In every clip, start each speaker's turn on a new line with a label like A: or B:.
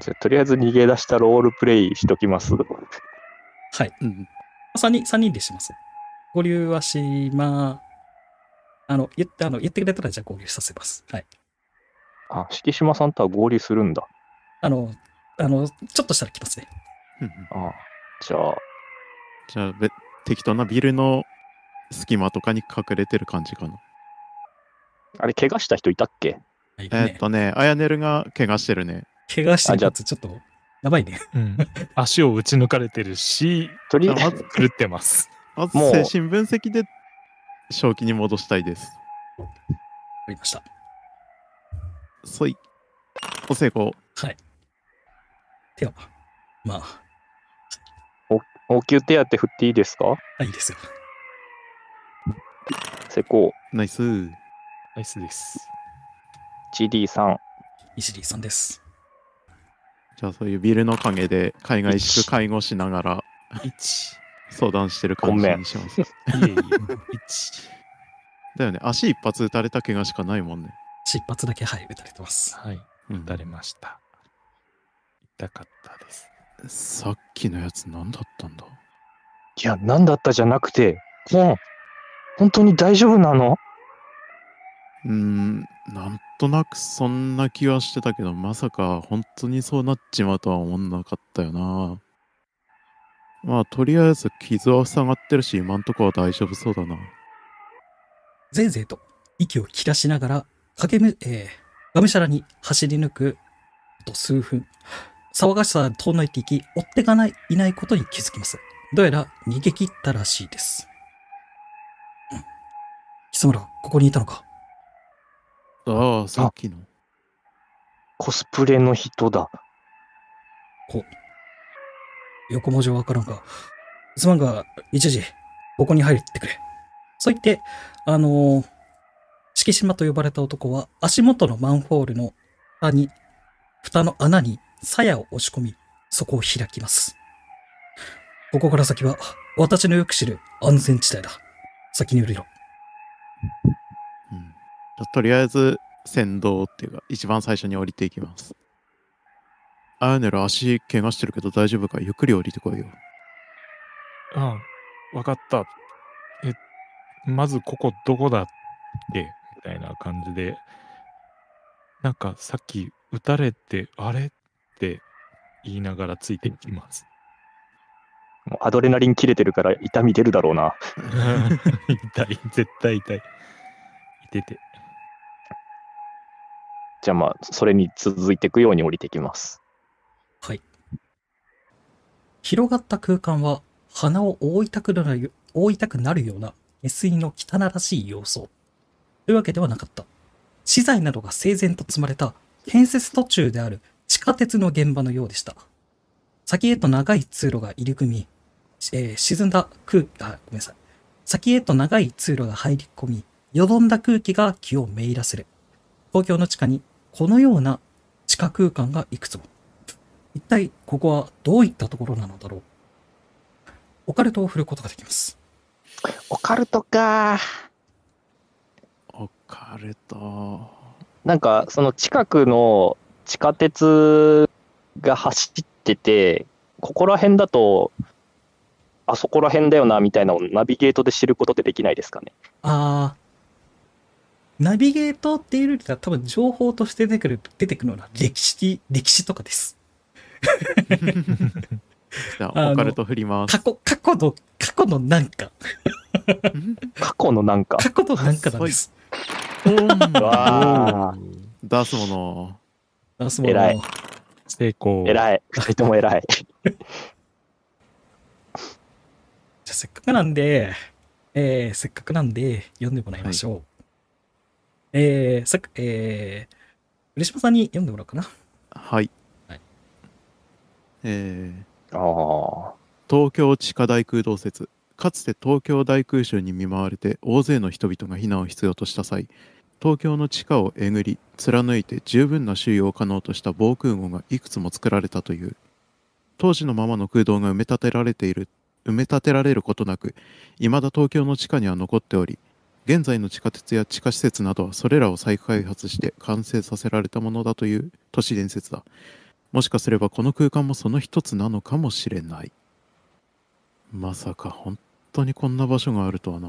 A: じゃあとりあえず逃げ出したロールプレイしときます。
B: はい。うん。3人、三人でします。合流はしま、あの、言って、あの、言ってくれたら、じゃあ合流させます。はい。
A: あ、敷島さんとは合流するんだ。
B: あの、あの、ちょっとしたら来ますね。
C: うんうん
A: あじゃあ、
C: じゃあ、べ適当なビルの隙間とかに隠れてる感じかな。
A: あれ、怪我した人いたっけ
B: はい、
C: えー
B: ね
C: っとね、あやねるが怪我してるね。
B: 怪我して
A: あ
B: る
A: じゃ
B: や
A: あ
B: つ、ちょっと、やばいね。
D: うん、足を打ち抜かれてるし、
A: とりあえず
C: あまず
D: 狂ってます。
C: まず
A: もう
C: 精神分析で正気に戻したいです。
B: わかりました。
C: そい。お成功。
B: では、まあ、
A: 応急手当振っていいですか
B: あ、いいですよ。
A: 施工
C: ナイス。
D: ナイスです。
A: GD3。
B: 石井さんです。
C: じゃあ、そういうビルの陰で海外宿介護しながら
D: 1。
C: 相談してる感じにします。
D: いえいえ、1。
C: だよね、足一発打たれた怪我しかないもんね。
B: 出発だけ、はい、打たれてます。
D: はい、
C: うん
D: 打たれました。痛かったです。
C: さっきのやつ何だったんだ
A: いや、なんだったじゃなくて、もう、本当に大丈夫なの
C: うーん、なんとなくそんな気はしてたけど、まさか本当にそうなっちまうとは思んなかったよな。まあ、とりあえず傷は塞がってるし、今んとこは大丈夫そうだな。
B: ぜいぜいと息を切らしながら、駆けむ、えー、がむしゃらに走り抜く、あと数分、騒がしさが遠のいていき、追ってがない、いないことに気づきます。どうやら逃げ切ったらしいです。うん貴様ら、ここにいたのか。
C: ああ、さっきの。
A: コスプレの人だ。
B: 横文字はわからんが、すまんが、一時、ここに入ってくれ。そう言って、あのー、敷島と呼ばれた男は、足元のマンホールの蓋に、蓋の穴に鞘を押し込み、そこを開きます。ここから先は、私のよく知る安全地帯だ。先に降りろ。
C: うん、じゃとりあえず、先導っていうか、一番最初に降りていきます。あやねら足怪我してるけど大丈夫かゆっくり降りてこいよ。
D: うん、わかった。え、まずここどこだっけみたいな感じで、なんかさっき撃たれて、あれって言いながらついていきます。
A: もうアドレナリン切れてるから痛み出るだろうな。
D: 痛い、絶対痛い。痛てて。
A: じゃあまあ、それに続いていくように降りていきます。
B: 広がった空間は鼻を覆いたくなるよ覆いたくなるような SE の汚らしい様相。というわけではなかった。資材などが整然と積まれた建設途中である地下鉄の現場のようでした。先へと長い通路が入り組み、えー沈んだ空あ、ごめんなさい。先へと長い通路が入り込み、淀んだ空気が気をめいらせる。東京の地下にこのような地下空間がいくつも。一体ここはどういったところなのだろうオカルトを振ることができます。
A: オカルトか
C: おかれた。う
A: なんか、その近くの地下鉄が走ってて、ここら辺だと、あそこら辺だよな、みたいなのをナビゲートで知ることってできないですかね。
B: あー、ナビゲートっていうよりか多分情報として出てくる、出てくるのは歴史、歴史とかです。
C: んじゃ
B: あ
C: あ、
B: の
C: オカルト振ります
B: 過。去、過去の、過去のなんか、
C: うん
A: 過去のなんか。
B: 過去のなんかなんです。
A: わあ、
C: 出すもの。
B: あそう
A: 偉い
D: 成功。い。
A: 偉い。二人とも偉い。
B: じゃあせっかくなんで、えー、せっかくなんで読んでもらいましょう。えー、さっき、えー、嬉島さんに読んでもらおうかな。
C: はい。
B: はい
C: えー
A: ああ。
C: 東京地下大空洞説かつて東京大空襲に見舞われて大勢の人々が避難を必要とした際東京の地下をえぐり貫いて十分な収容を可能とした防空壕がいくつも作られたという当時のままの空洞が埋め立てられている埋め立てられることなく未だ東京の地下には残っており現在の地下鉄や地下施設などはそれらを再開発して完成させられたものだという都市伝説だもしかすればこの空間もその一つなのかもしれないまさか本当にこんな場所があるとはな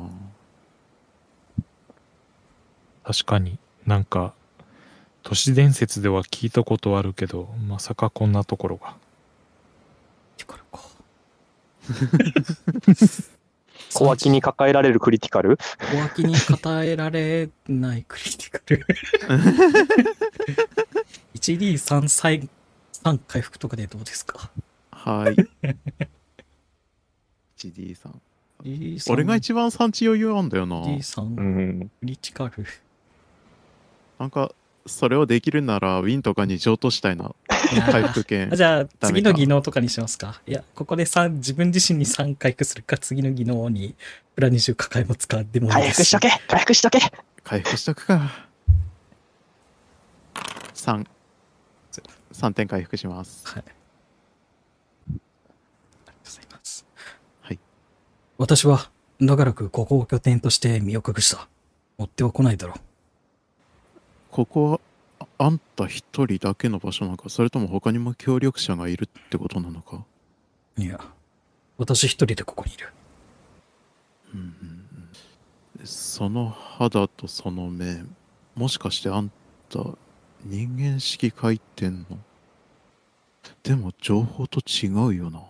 D: 確かになんか都市伝説では聞いたことあるけどまさかこんなところが
B: だからか。
A: 小脇に抱えられるクリティカル
B: 小脇に語えられないクリティカル。1D3 再3回復とかでどうですか
C: はい 1D さん俺が一番産地余裕あんだよな
B: D3
A: う
B: ク
A: ん。
B: リティカル。
C: なんかそれをできるならウィンとかに譲渡したい な回復券
B: あじゃあ
C: ダメか
B: 次の技能とかにしますかいや、ここで三自分自身に3回復するか、次の技能にプラ20抱えも使ってもいい
A: 回
B: で
A: 復
B: す
A: しとけ回復しとけ
C: 回復しとくか33点回復します
B: はい。ありがとうございます。
C: はい。
B: 私は、長らくここを拠点として身を隠した。追っては来ないだろう。
C: ここはああんた一人だけの場所なのかそれとも他にも協力者がいるってことなのか
B: いや、私一人でここにいる。
C: うんうんうんその肌とその目もしかしてあんた人間式書いてんのでも情報と違うよな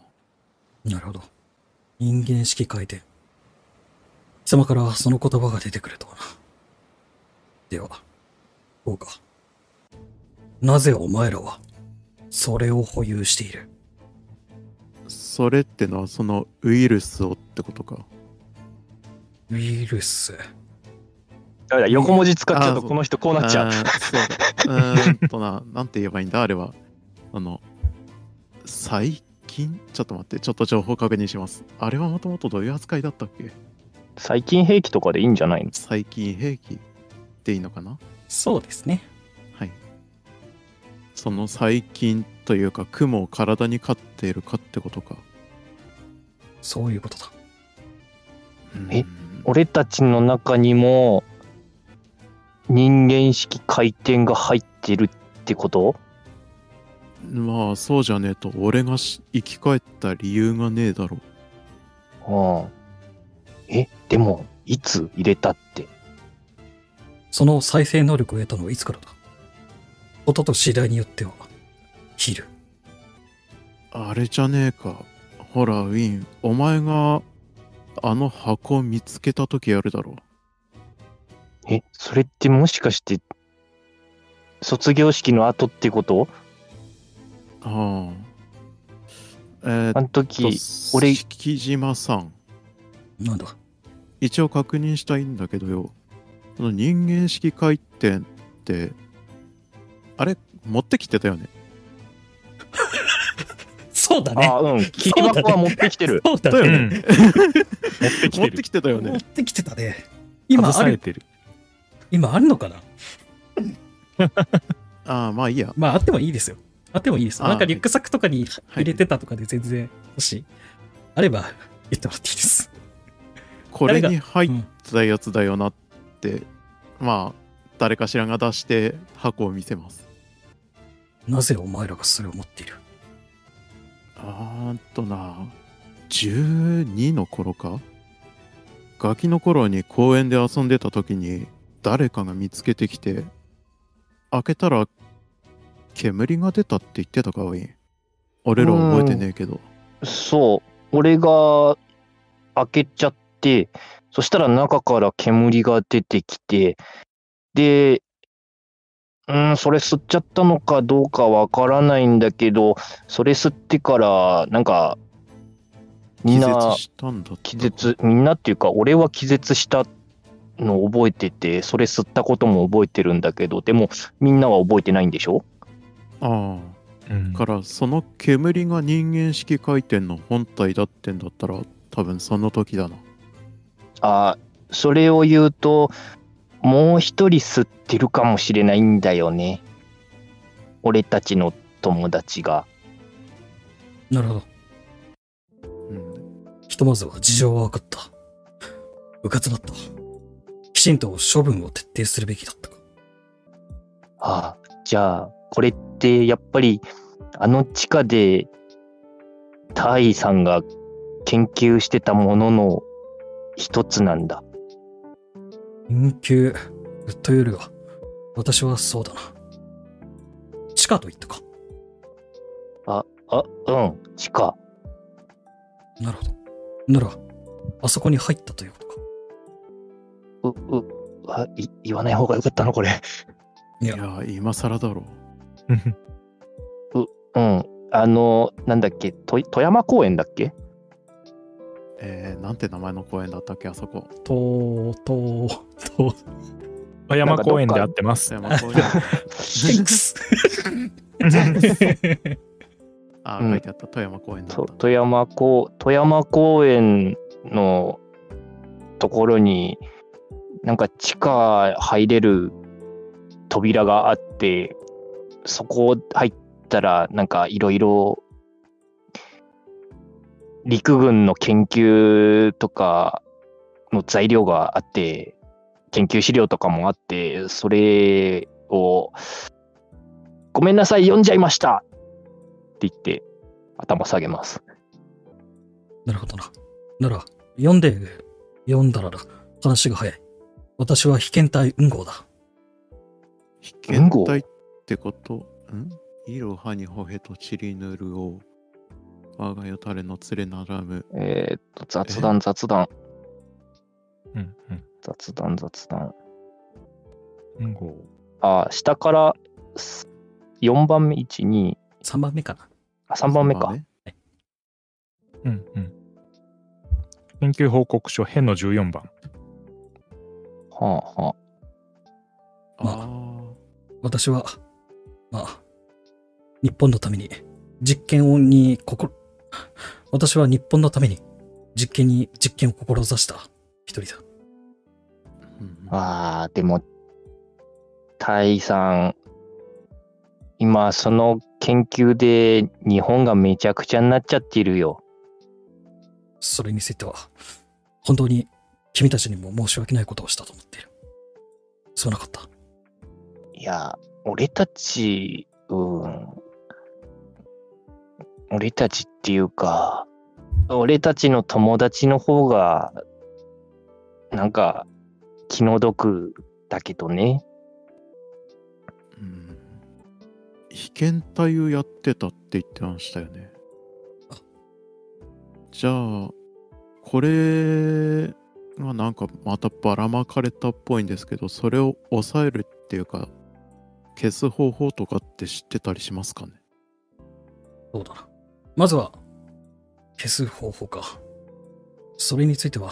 B: なるほど。人間式回転。貴様からその言葉が出てくるとはな。では、こうか。なぜお前らは、それを保有している。
C: それってのはそのウイルスをってことか
B: ウイルス。
A: ダメだ横文字使っちゃう
C: あ
A: と
C: そう
A: この人こうなっちゃ
C: あ
A: う。
C: ーそうだうーんとななんて言えばいいんだあれはあの最近ちょっと待ってちょっと情報確認しますあれはもともとどういう扱いだったっけ
A: 最近兵器とかでいいんじゃないの
C: 最近兵器っていいのかな
B: そうですね。
C: はいその細菌というか雲を体に飼っているかってことか
B: そういうことだ。
C: うん
A: え俺たちの中にも人間式回転が入ってるってこと
C: まあそうじゃねえと俺がし生き返った理由がねえだろ
A: うん。え、でも、いつ入れたって。
B: その再生能力を得たのはいつからだ音と次第によっては、昼。
C: あれじゃねえか。ほら、ウィン、お前があの箱を見つけた時やるだろ
A: え、それってもしかして、卒業式の後ってこと
C: う。ああ。えー、
A: あ
C: っ
A: の時
C: と、、
A: 俺
C: 敷島さん。
B: なんだ
C: 一応確認したいんだけどよ。この人間式回転って、あれ持ってきてたよね。
B: そうだね。
A: あ、うん、切り箱は持ってきてる。
B: そうだ
C: だよ
B: ね。
C: ね。
D: うん持ってき
C: 持ってて
D: る
C: きてたよ
B: 持
C: ね
B: っ。てきてたね。今
D: 外
B: あ
D: され
B: る、
D: てる
B: 今あるのかな
C: ああ、まあいいや。
B: まああってもいいですよ。あってもいいですよ。
C: あー
B: なんかリュックサックとかに
C: い
B: 入れてたとかで全然、もし、あれば言ってもらっていいです。
C: これに入
B: う
C: っ
B: ん
C: たやつだよなって、まあ、誰かしらが出して箱を見せます。
B: なぜお前らがそれを持っている
C: あーっとな12の頃かガキの頃に公園で遊んでた時に誰かが見つけてきて開けたら煙が出たって言ってたかわいい俺ら覚えてねえけど
A: そう、俺が開けちゃって、そしたら中から煙が出てきて、で、うん、それ吸っちゃったのかどうかわからないんだけど、それ吸ってから、なんか、み
C: 気
A: んな
C: 絶したんだった
A: 気絶みんなっていうか俺は気絶したのを覚えててそれ吸ったことも覚えてるんだけどでもみんなは覚えてないんでしょ
C: あ
D: うん
C: あからその煙が人間式回転の本体だってんだったら多分その時だな
A: あーそれを言うともう一人吸ってるかもしれないんだよね俺たちの友達が
B: なるほど。
C: うん
B: ひとまずは事情は分かった。うかつだった。きちんと処分を徹底するべきだったか。
A: ああじゃあこれってやっぱりあの地下で、タイさんが研究してたものの一つなんだ。
B: 研究、ずっとよりは、私はそうだな。地下と言ったか。
A: あ、うん、地下。
B: なるほど。なら、あそこに入ったということか。
A: う、う、あ、い言わない方がよかったの、これ。
B: い
C: いや
B: や、、
C: ー今更だろ
A: うん。あの、なんだっけ、と富山公園だっけ
C: えー、なんて名前の公園だったっけあそこと
B: と、と、
D: 和山公園で会ってます。
C: 山公園
B: テンクス。
C: あ
A: う
C: ー
A: ん
C: 書いてあった富山公園だった
A: と富山公富山公園のところになんか地下入れる扉があってそこを入ったらなんかいろいろ陸軍の研究とかの材料があって研究資料とかもあってそれを「ごめんなさい読んじゃいました!」って言って頭下げます。
B: なるほどな。なら、読んで、読んだらだ。話が早い。私は被験体運号だ。
C: 被験体ってことんイロハニホヘトチリヌルオ我がよたれの連れならむ
A: えーっと、雑
C: え
A: 談、雑談、
D: うんうん
A: 雑談、雑談。
D: うんこ
A: あー、下からす4番目、1、2、
B: 3番目かな。
A: あ、3番目か。
C: まあね
D: ううんうん研究報告書編の14番。
A: はあ、は
C: あ
B: まあ
C: ー
B: 私は、まあ、日本のために、実験をに、心、私は日本のために、実験に、実験を志した一人だ。
C: うん
A: あ。あーでも、タイさん、今、その研究で日本がめちゃくちゃになっちゃってるよ。
B: それについては、本当に君たちにも申し訳ないことをしたと思っている。すまなかった。
A: いや、俺たち、うん。俺たちっていうか、俺たちの友達の方が、なんか、気の毒だけどね。
C: うん被験体をやってたって言ってましたよね
B: あ
C: じゃあこれがなんかまたばらまかれたっぽいんですけどそれを抑えるっていうか消す方法とかって知ってたりしますかね
B: そうだな。まずは、消す方法か。それについては、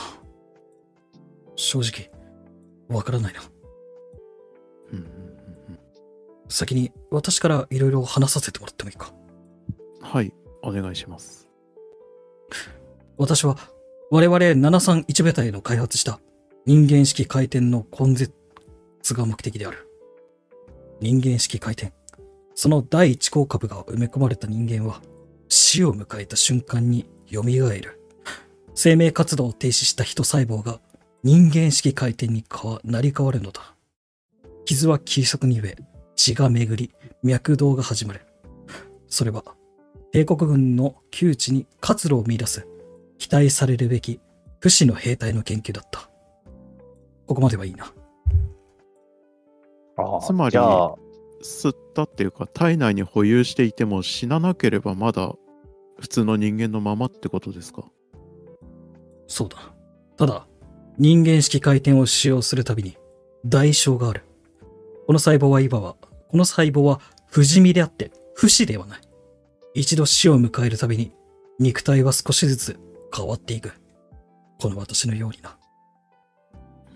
B: 正直、わからないな。
C: うんうんうん
B: 先に私からいろいろ話させてもらってもいいか。
C: うんはいお願いします
B: 私は、我々731ベタへの開発した人間式回転の根絶が目的である。人間式回転。その第一項株が埋め込まれた人間は、死を迎えた瞬間に蘇る。生命活動を停止した人細胞が人間式回転に変わ成り変わるのだ。傷は急速に増え、血が巡り、脈動が始まる。それは、帝国軍の窮地に活路を見出す期待されるべき不死の兵隊の研究だった。ここまではいいな。
A: ああ
C: つまり
A: じゃあ、
C: 吸ったっていうか体内に保有していても死ななければまだ普通の人間のままってことですか
B: そうだな。ただ、人間式回転を使用するたびに代償がある。この細胞は今は、この細胞は不死身であって不死ではない。一度死を迎えるたびに肉体は少しずつ変わっていく。この私のようにな。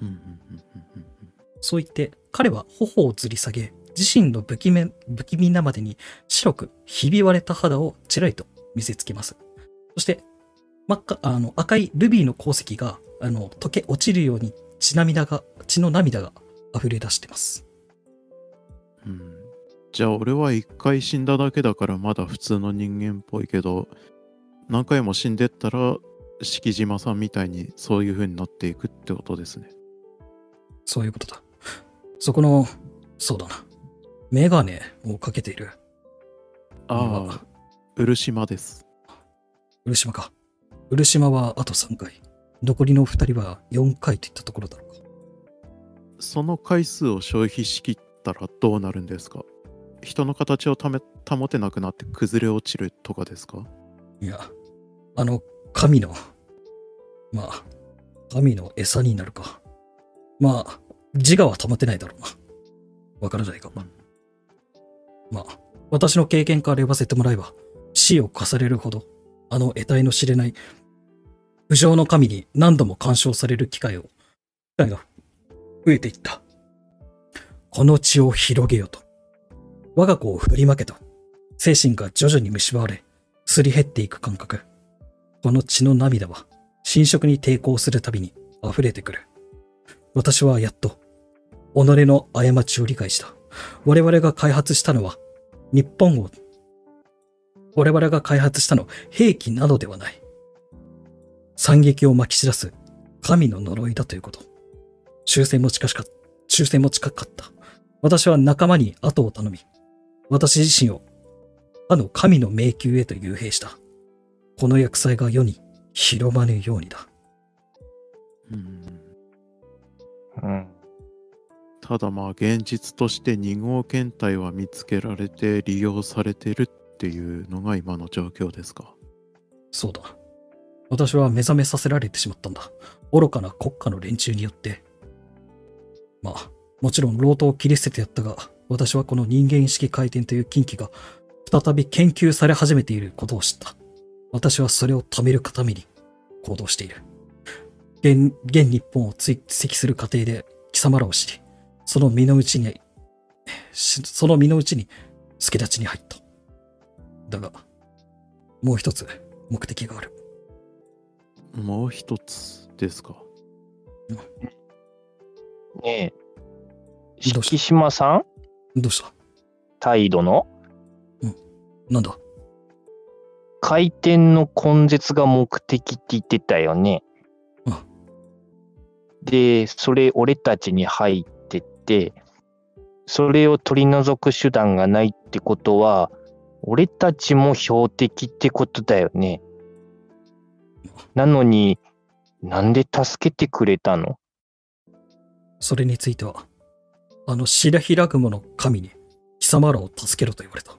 C: うんうんうんうんうんうん
B: そう言って、彼は頬をずり下げ、自身の不気味不気味なまでに白くひび割れた肌をちらりと見せつけます。そして、真っ赤、あの、赤いルビーの鉱石が、あの、溶け落ちるように血涙が、血の涙が溢れ出してます。
C: うんじゃあ俺は一回死んだだけだからまだ普通の人間っぽいけど何回も死んでったら敷島さんみたいにそういう風になっていくってことですね。
B: そういうことだ。そこの、そうだな。メガネをかけている。
C: ああ、漆間です。
B: 漆島か。漆島はあと3回。残りの2人は4回といったところだろうか。
C: その回数を消費しきったらどうなるんですか人の形をため保てなくなって崩れ落ちるとかですか
B: いや、あの、神の、まあ、神の餌になるか。まあ、自我は保てないだろうな。わからないが。まあ、私の経験から言わせてもらえば、死を重ねるほど、あの得体の知れない、不浄の神に何度も干渉される機会を、機会が増えていった。この血を広げよと。我が子を振りまけと。精神が徐々に蝕まれ、すり減っていく感覚。この血の涙は、侵食に抵抗するたびに溢れてくる。私はやっと、己の過ちを理解した。我々が開発したのは、日本を、我々が開発したのは兵器などではない。惨劇をまき散らす神の呪いだということ。終戦も近しか、終戦も近かった。私は仲間に後を頼み、私自身をあの神の迷宮へと幽閉した。この薬剤が世に広まぬようにだ。
C: うん
A: うん。
C: ただまあ現実として2号検体は見つけられて利用されてるっていうのが今の状況ですか
B: そうだ。私は目覚めさせられてしまったんだ。愚かな国家の連中によって。まあ、もちろん老頭を切り捨ててやったが、私はこの人間式回転という禁忌が再び研究され始めていることを知った。私はそれを止めるために行動している。現、現日本を追跡する過程で貴様らを知り、その身の内に、しその身の内に助立ちに入った。だが、もう一つ目的がある。
C: もう一つですか
A: ねえ。
B: どうした
A: 敷島さん
B: どうした
A: 態度の
B: なんだ
A: 回転の根絶が目的って言ってたよね
B: うん。
A: で、それ俺たちに入ってって、それを取り除く手段がないってことは、俺たちも標的ってことだよね。なのに、なんで助けてくれたの
B: それについては、あの白平雲の神に貴様らを助けろと言われた。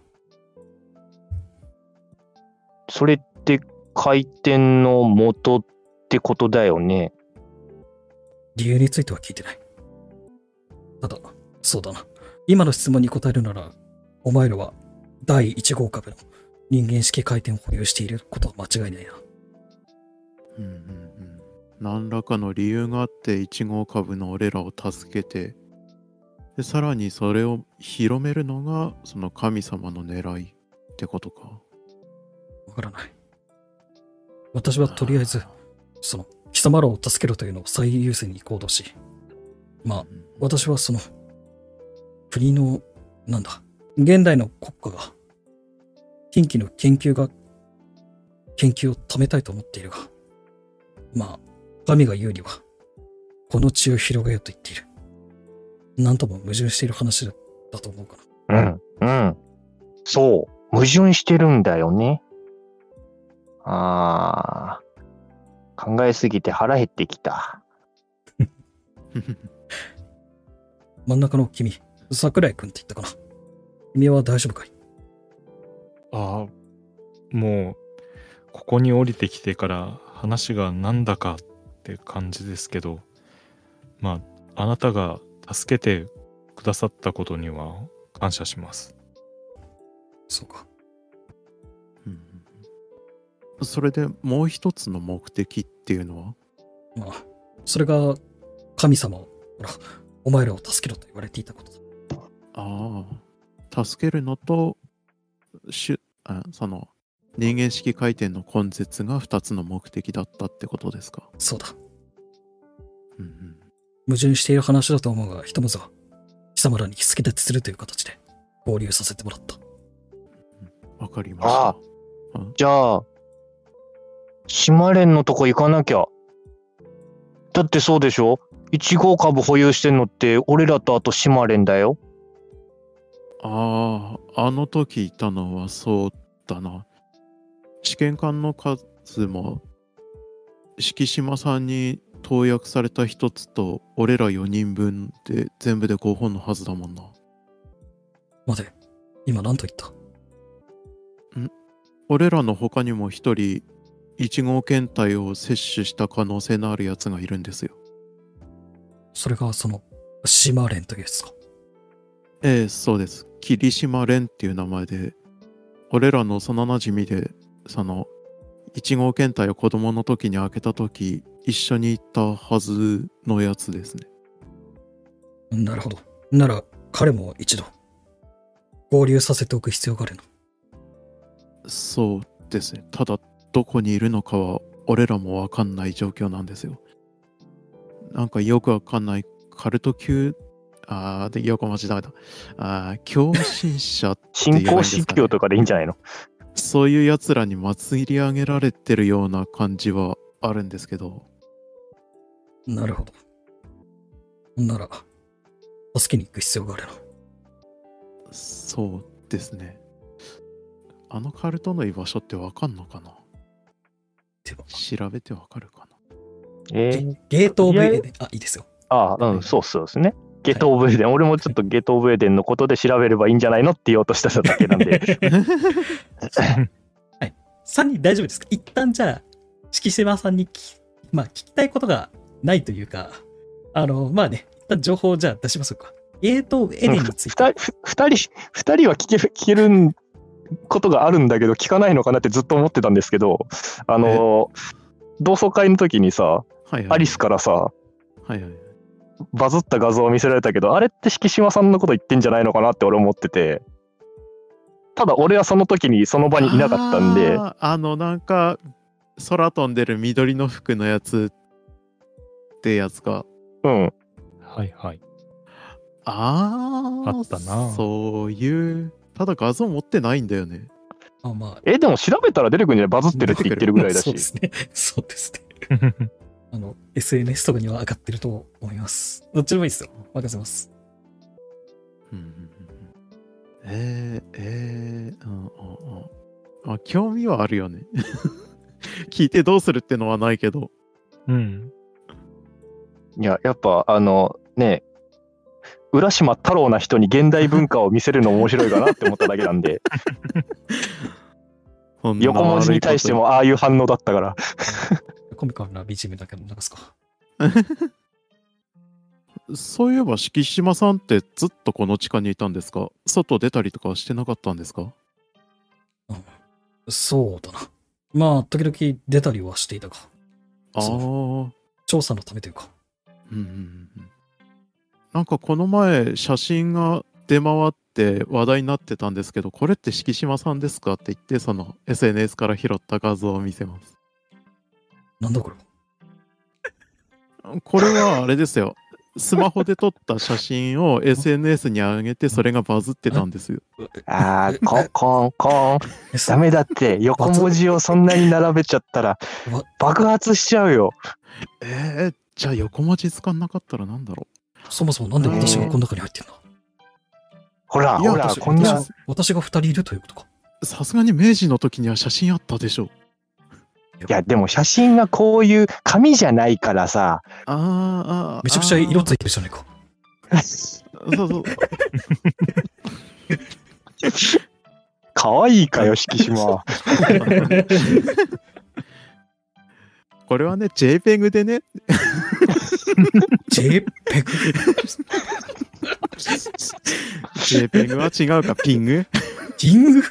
A: それって回転の元ってことだよね。
B: 理由については聞いてない。ただ、そうだな。今の質問に答えるなら、お前らは第1号株の人間式回転を保有していることは間違いないな。
C: うんうんうん何らかの理由があって1号株の俺らを助けてでさらにそれを広めるのがその神様の狙いってことか
B: わからない。私はとりあえず、その、貴様らを助けろというのを最優先に行動し、まあ、私はその、国の、なんだ、現代の国家が、近畿の研究が、研究を止めたいと思っているが、まあ、神が言うには、この血を広げようと言っている。なんとも矛盾している話だだと思うから。
A: うん、うん。そう、矛盾してるんだよね。あー、考えすぎて腹減ってきた。
B: 真ん中の君、桜井君って言ったかな。君は大丈夫かい
D: ああ、もう、ここに降りてきてから話がなんだかって感じですけど、まあ、あなたが助けてくださったことには感謝します。
B: そうか。
C: うんうんそれでもう一つの目的っていうのは
B: まあ、それが、神様を、ほら、お前らを助けろと言われていたことだ。
C: ああ助けるのとしゅあその人間式回転の根絶が2つの目的だったってことですか、
B: そうだ。
C: うんうん
B: 矛盾している話だと思うが、ひとまずは、貴様らに助立ちするという形で、合流させてもらった。
C: わかりまし
A: あ
C: た
A: あじゃあ、島連のとこ行かなきゃ。だってそうでしょ ?1 号株保有してんのって俺らとあと島連だよ。
C: あああ、あの時いたのはそうだな。試験官の数も、敷島さんに投薬された一つと、俺ら4人分で全部で5本のはずだもんな。
B: 待て、今何と言った
C: 俺らの他にも一人、1号検体を摂取した可能性のあるやつがいるんですよ。
B: それがその、シマレンというやつか。
C: ええ、そうです。霧島蓮っていう名前で、俺らの幼馴染で、その、1号検体を子供の時に開けた時、一緒に行ったはずのやつですね。
B: なるほど。なら、彼も一度、合流させておく必要があるな。
C: そうですね。ただ、どこにいるのかは、俺らもわかんない状況なんですよ。なんかよくわかんない、カルト級、あー、で、よく間違えた。あー、共振者って言えばいいん
A: 信
C: です
A: 仰
C: かね
A: 信教とかでいいんじゃないの
C: そういうやつらに祭り上げられてるような感じはあるんですけど、
B: なるほど。なら、助けに行く必要があるな。
C: そうですね。あのカルトの居場所ってわかんのかな
B: では、
C: 調べてわかるかな
A: え
B: ゲ
A: ー
B: ゲートオブ
A: とりあえず
B: エデン、あ、い いですよ。
A: ああ、うん、そうっすそうですね。ゲートオブエデン、俺もちょっとゲートオブエデンのことで調べればいいんじゃないのって言おうとしてただけなんで。
B: 3人大丈夫ですか一旦じゃあ、敷島さんにき、まあ、聞きたいことがないというか、あの、まあね、一旦情報をじゃあ出しましょうか。ゲートエデンについて。
A: 2人二人二人は聞ける聞けるんことがあるんだけど聞かないのかなってずっと思ってたんですけどあの同窓会の時にさ
C: はいはい。
A: アリスからさ
C: はいはい。
A: バズった画像を見せられたけどあれって敷島さんのこと言ってんじゃないのかなって俺思っててただ俺はその時にその場にいなかったんで
C: あー。あの、なんか、空飛んでる緑の服のやつってやつか。
A: うん
D: はいはい。
C: ああ。
D: あったな
C: そういう。ただ画像持ってないんだよね。
B: まあまあ、
A: えでも調べたら出てくるんじゃないバズってるって言ってるぐらいだし
B: そうですね。 そうですね。あの、SNS とかには上がってると思います。どっちでもいいですよ。任せ ます。
C: うんうんうんうんえー、えー、うんうんうん。あ、興味はあるよね。 聞いてどうするってのはないけど。
D: うん。
A: いややっぱあのね浦島太郎な人に現代文化を見せるの面白いかなって思っただけなんで
C: そんな悪いこと
A: 横文字に対して。もああいう反応だったから。
B: コミカルな BGM だけ流すか。
C: そういえば、敷島さんってずっとこの地下にいたんですか外出たりとかはしてなかったんですか
B: そうだな。まあ、時々出たりはしていたが、
C: ああ、う
B: そうん調査のためというか。
C: うんうんうん。なんかこの前、写真が出回って話題になってたんですけど、これって敷島さんですかって言って、その SNS から拾った画像を見せます。
B: なんだこれは。
C: これはあれですよ。スマホで撮った写 真を SNS に上げて、それがバズってたんですよ。
A: ああ、コンコンコン。ダメだって。横文字をそんなに並べちゃったら
B: わ
A: 爆発しちゃうよ。
C: えー、じゃあ横文字使んなかったらなんだろ
B: そもそもなんで私がこの中に入ってるんだ
A: ほら、
C: いや
A: ほら、
C: 私
A: こんな
B: 私。私が2人いるということか。
C: う。さすがに明治の時には写真あったでしょう。
A: いや、でも写真がこういう紙じゃないからさ。
C: あーあー、
B: めちゃくちゃ色つ
C: い
B: いてるじゃないか。
C: そうそう。
A: 可愛いかよ、敷 島。
C: これはね、JPEG でね、
B: JPEG。
C: JPEG は違うか、ピング
B: キング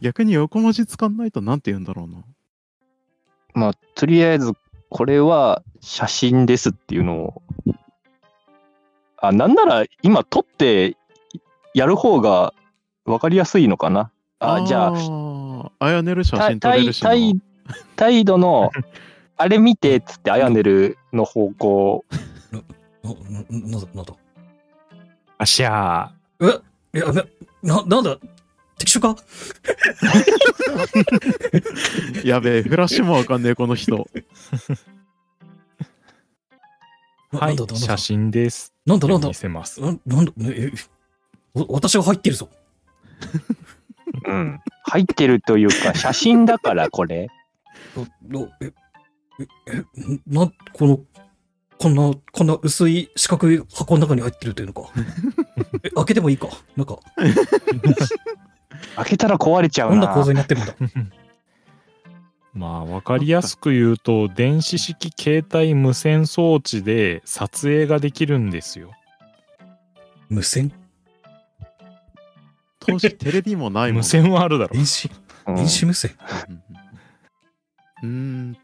C: 逆に横文字使んないとなんて言うんだろうな。
A: まあ、とりあえず、これは写真ですっていうのを。あ、なんなら今撮ってやる方が分かりやすいのかな。あじゃあ、
C: あ。あやねる写
A: た
C: 真撮れるしな。
A: 態態態度 のあれ見てっつってアヤネルの方向
B: な、な、なんだ、なんだ。
D: あしゃ
B: え、やべ、な、なんだ敵将か
C: やべえ、フラッシュもわかんねえ、この人。
B: な
D: は
B: なん
D: い
B: だなん、だ
D: 写真です。
B: なんだなんだ
D: 見せます。
B: ななんだえ、お私が入ってるぞ。
A: うん、入ってるというか、写真だから、これ。
B: ななえ、え、えな、この、こんな、こんな薄い四角い箱の中に入ってるというのか。え、開けてもいいか。なんか、
A: 開けたら壊れちゃ
B: ど
A: うん
B: な
A: な。
B: 構造になってるんだ。
D: まあ、わかりやすく言うと、電子式携帯無線装置で撮影ができるんですよ。
B: 無線
C: 当時テレビもないもん
D: 無線はあるだろ
B: 電子
A: うん
B: 電子無線
C: うんうんうーん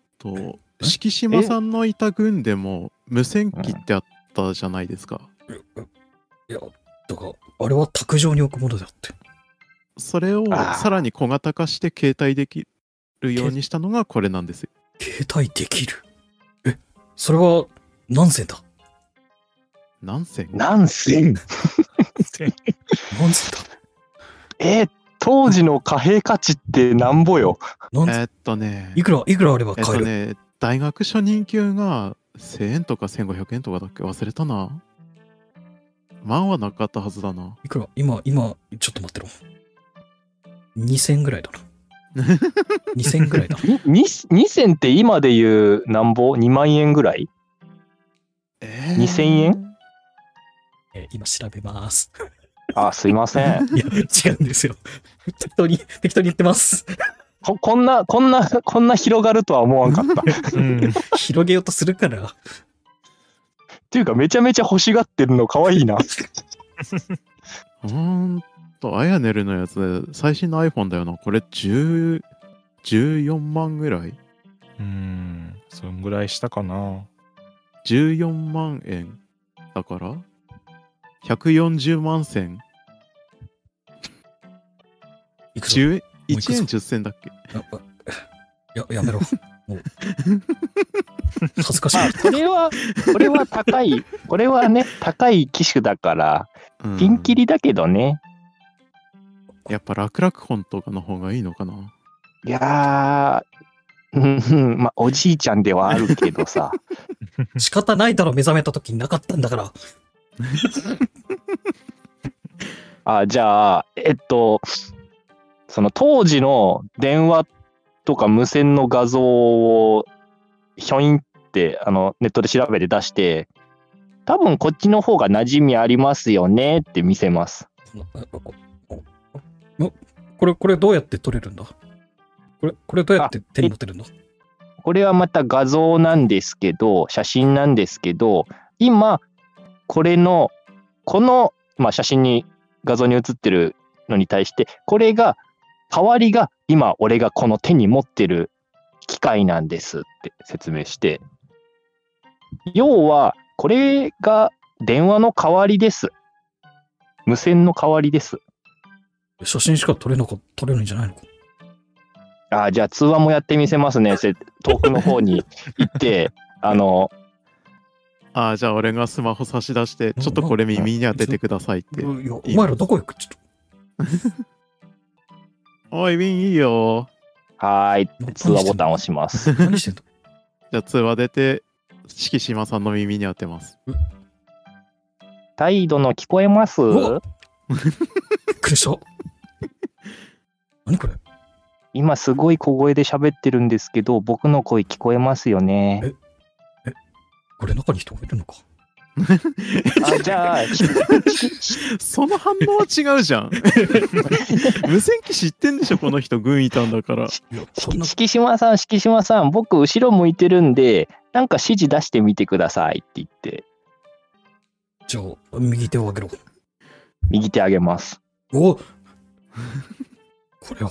C: と敷島さんのいた軍でも無線機ってあったじゃないですか、
B: いや、だから、あれは卓上に置くものだって。
C: それを
A: あー
C: さらに小型化して携帯できるようにしたのがこれなんですよ
B: 携帯できる。え、それは、何線だ
C: 何線
A: 何千
B: 何線だ
A: えー当時の貨幣価値ってなんぼよ。
B: 何
C: え
B: 線
C: ーっとね
B: いくら、いくらあれば
C: えっ
B: 買
C: と
B: える、
C: ね大学初任給が1000円とか1500円とかだっけ忘れたな万はなかったはずだない
B: くら今、今、ちょっと待ってろ。2000ぐらいだな。2000ぐらいだ。
A: に2千って今で言うなんぼ ?2 万円ぐらい
C: えー
A: 2000円
B: えー今調べます。
A: あ、すいませ ん。
B: いや、違うんですよ。適当に、適当に言ってます。
A: ここんな、こんな、こんな広がるとは思わんかった。っ
D: う。うん。
B: 広げようとするから。
A: ていうか、めちゃめちゃ欲しがってるの可愛いな。
C: うーんと、アヤネルのやつ、最新の iPhone だよな。これ10、14万ぐらい
D: うん。そんぐらいしたかな。
C: ?14 万円。だから、140万銭。
B: いくぞ
C: 10
B: もういく
C: 1
B: ぞ
C: 円10銭だっけ
B: やややめろ。もう恥ずかしい
A: ま。あ、これは、これは高い、これはね、高い機種だから、
C: うん
A: ピンキリだけどね。
C: やっぱ楽々本とかの方がいいのかな。
A: いやー、うんうんまあ、おじいちゃんではあるけどさ。
B: 仕方ないだろ、目覚めた時になかったんだから。
A: あじゃあ、えっと、その当時の電話とか無線の画像をひょいんってあのネットで調べて出して、多分こっちの方が馴染みありますよねって見せます。
B: おこれ、これどうやって取れるんだこれ、これどうやって手に持てるんだ
A: これはまた画像なんですけど、写真なんですけど、今、これの、この、まあ、写真に、画像に写ってるのに対して、これが、代わりが、今、俺がこの手に持ってる機械なんですって説明して、要は、これが電話の代わりです。無線の代わりです。
B: 写真しか撮れなか撮れるんじゃないのか
A: あーじゃあ通話もやってみせますね。せ遠くの方に行って、あの、
C: ああ、じゃあ俺がスマホ差し出して、ちょっとこれ耳に当ててくださいって。
B: いや、お前らどこ行くちょ
C: おい、ウィンいいよ。
A: はーい。
B: っと。
A: 通話ボタンを押します。
B: 何してんの
C: じゃあ通話出て、敷島さんの耳に当てます。
A: 態度の聞こえます
B: うわびっくりした。何これ
A: 今すごい小声で喋ってるんですけど、僕の声聞こえますよね。
B: これ中に人がいるのか
A: あじゃあ、
C: その反応は違うじ ゃん。無線機知ってんでしょ、この人、軍いたんだから。
B: いや、そんな
A: し敷島さん、敷島さん、僕後ろ向いてるんで、なんか指示出してみてくださいって言って、
B: じゃあ、右手を上げろ。
A: 右手上げます。
B: おこれは、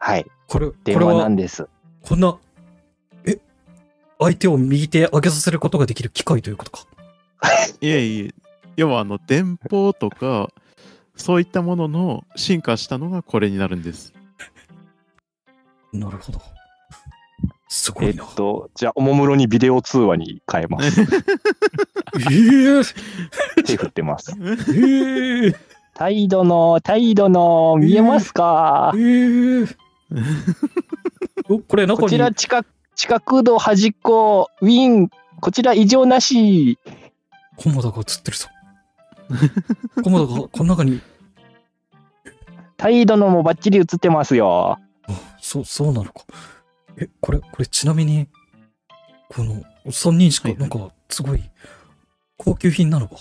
A: はい。
B: これ、これ
A: 電話な
B: は
A: ん、です。
B: こんな、え、相手を右手上げさせることができる機械ということか。
C: いえいえ、要はあの、電報とか、そういったものの進化したのがこれになるんです。
B: なるほど。すご
A: え
B: い
A: っ
B: な。
A: と、じゃあ、おもむろにビデオ通話に変えます。
B: えー、
A: 手振ってます。
B: えー、
A: 態度の、態度の、見えますか
B: えー。おこれ中
A: こ
B: に
A: ちら近く、近くの端っこ、ウィン、こちら異常なし。
B: コモダが映ってるぞ。コモダがこの中に、
A: 態度のもバッチリ映ってますよ。
B: そう、そうなのか。え、これ、これちなみに、この3人しか、
C: はいは
B: ないんか、すごい、高級品なのか。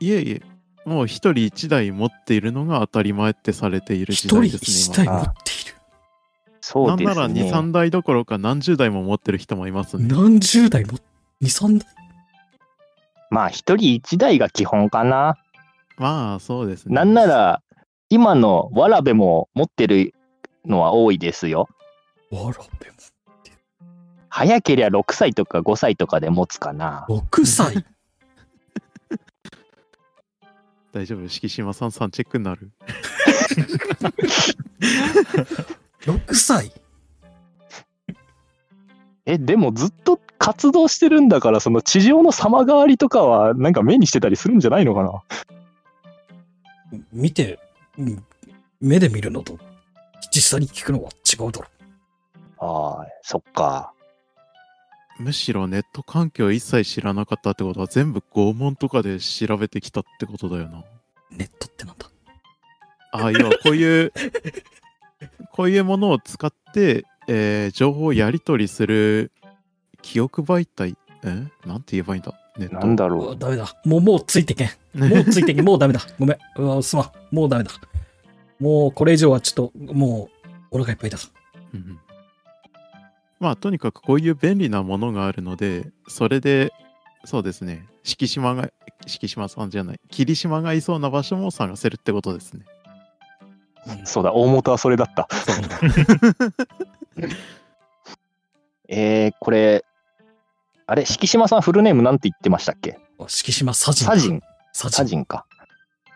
C: いえいえ、もう一人一台持っているのが当たり前ってされている時
B: 一
C: 代
B: 人
C: ですね。
B: 一
C: 今
B: 台持っている。
A: そうですね。
C: なんなら2、3台どころか何十台も持ってる人もいますね。
B: 何十台も、2、3台。
A: まあ一人一台が基本かな。
C: まあそうですね。
A: なんなら今のわらべも持ってるのは多いですよ。
B: わらべ
A: 早けりゃ6歳とか5歳とかで持つかな。
B: も。6歳
C: 大丈夫、敷島さんさんチェックになる。
B: !6 歳
A: え、でもずっと活動してるんだから、その地上の様変わりとかはなんか目にしてたりするんじゃないのかな。
B: 見て、うん目で見るのと、実際に聞くのは違うだろ
A: ああ、そっか。
C: むしろネット環境一切知らなかったってことは全部拷問とかで調べてきたってことだよ な。
B: う。ネットってなんだ
C: ああ、要はこういう、こういうものを使って、えー情報をやり取りする記憶媒体、えなんて言えばいいんだネット
A: なんだ
B: うわ
A: ろう。
B: ダメだ。もう、もうついてけん。もうついてけん。もうダメだ。ごめん。うわ、すまん。もうダメだ。もう、これ以上はちょっと、もう、お腹いっぱいだ。
C: うんうんまあとにかくこういう便利なものがあるのでそれでそうですね敷島が敷島さんじゃない霧島がいそうな場所も探せるってことですね
B: うん
A: そうだ、大元はそれだった。 えー、これ、あれ、敷島さんフルネームなんて言ってましたっけ
B: あ敷島サジン。
A: サジン。
B: サジン。
A: サジンか。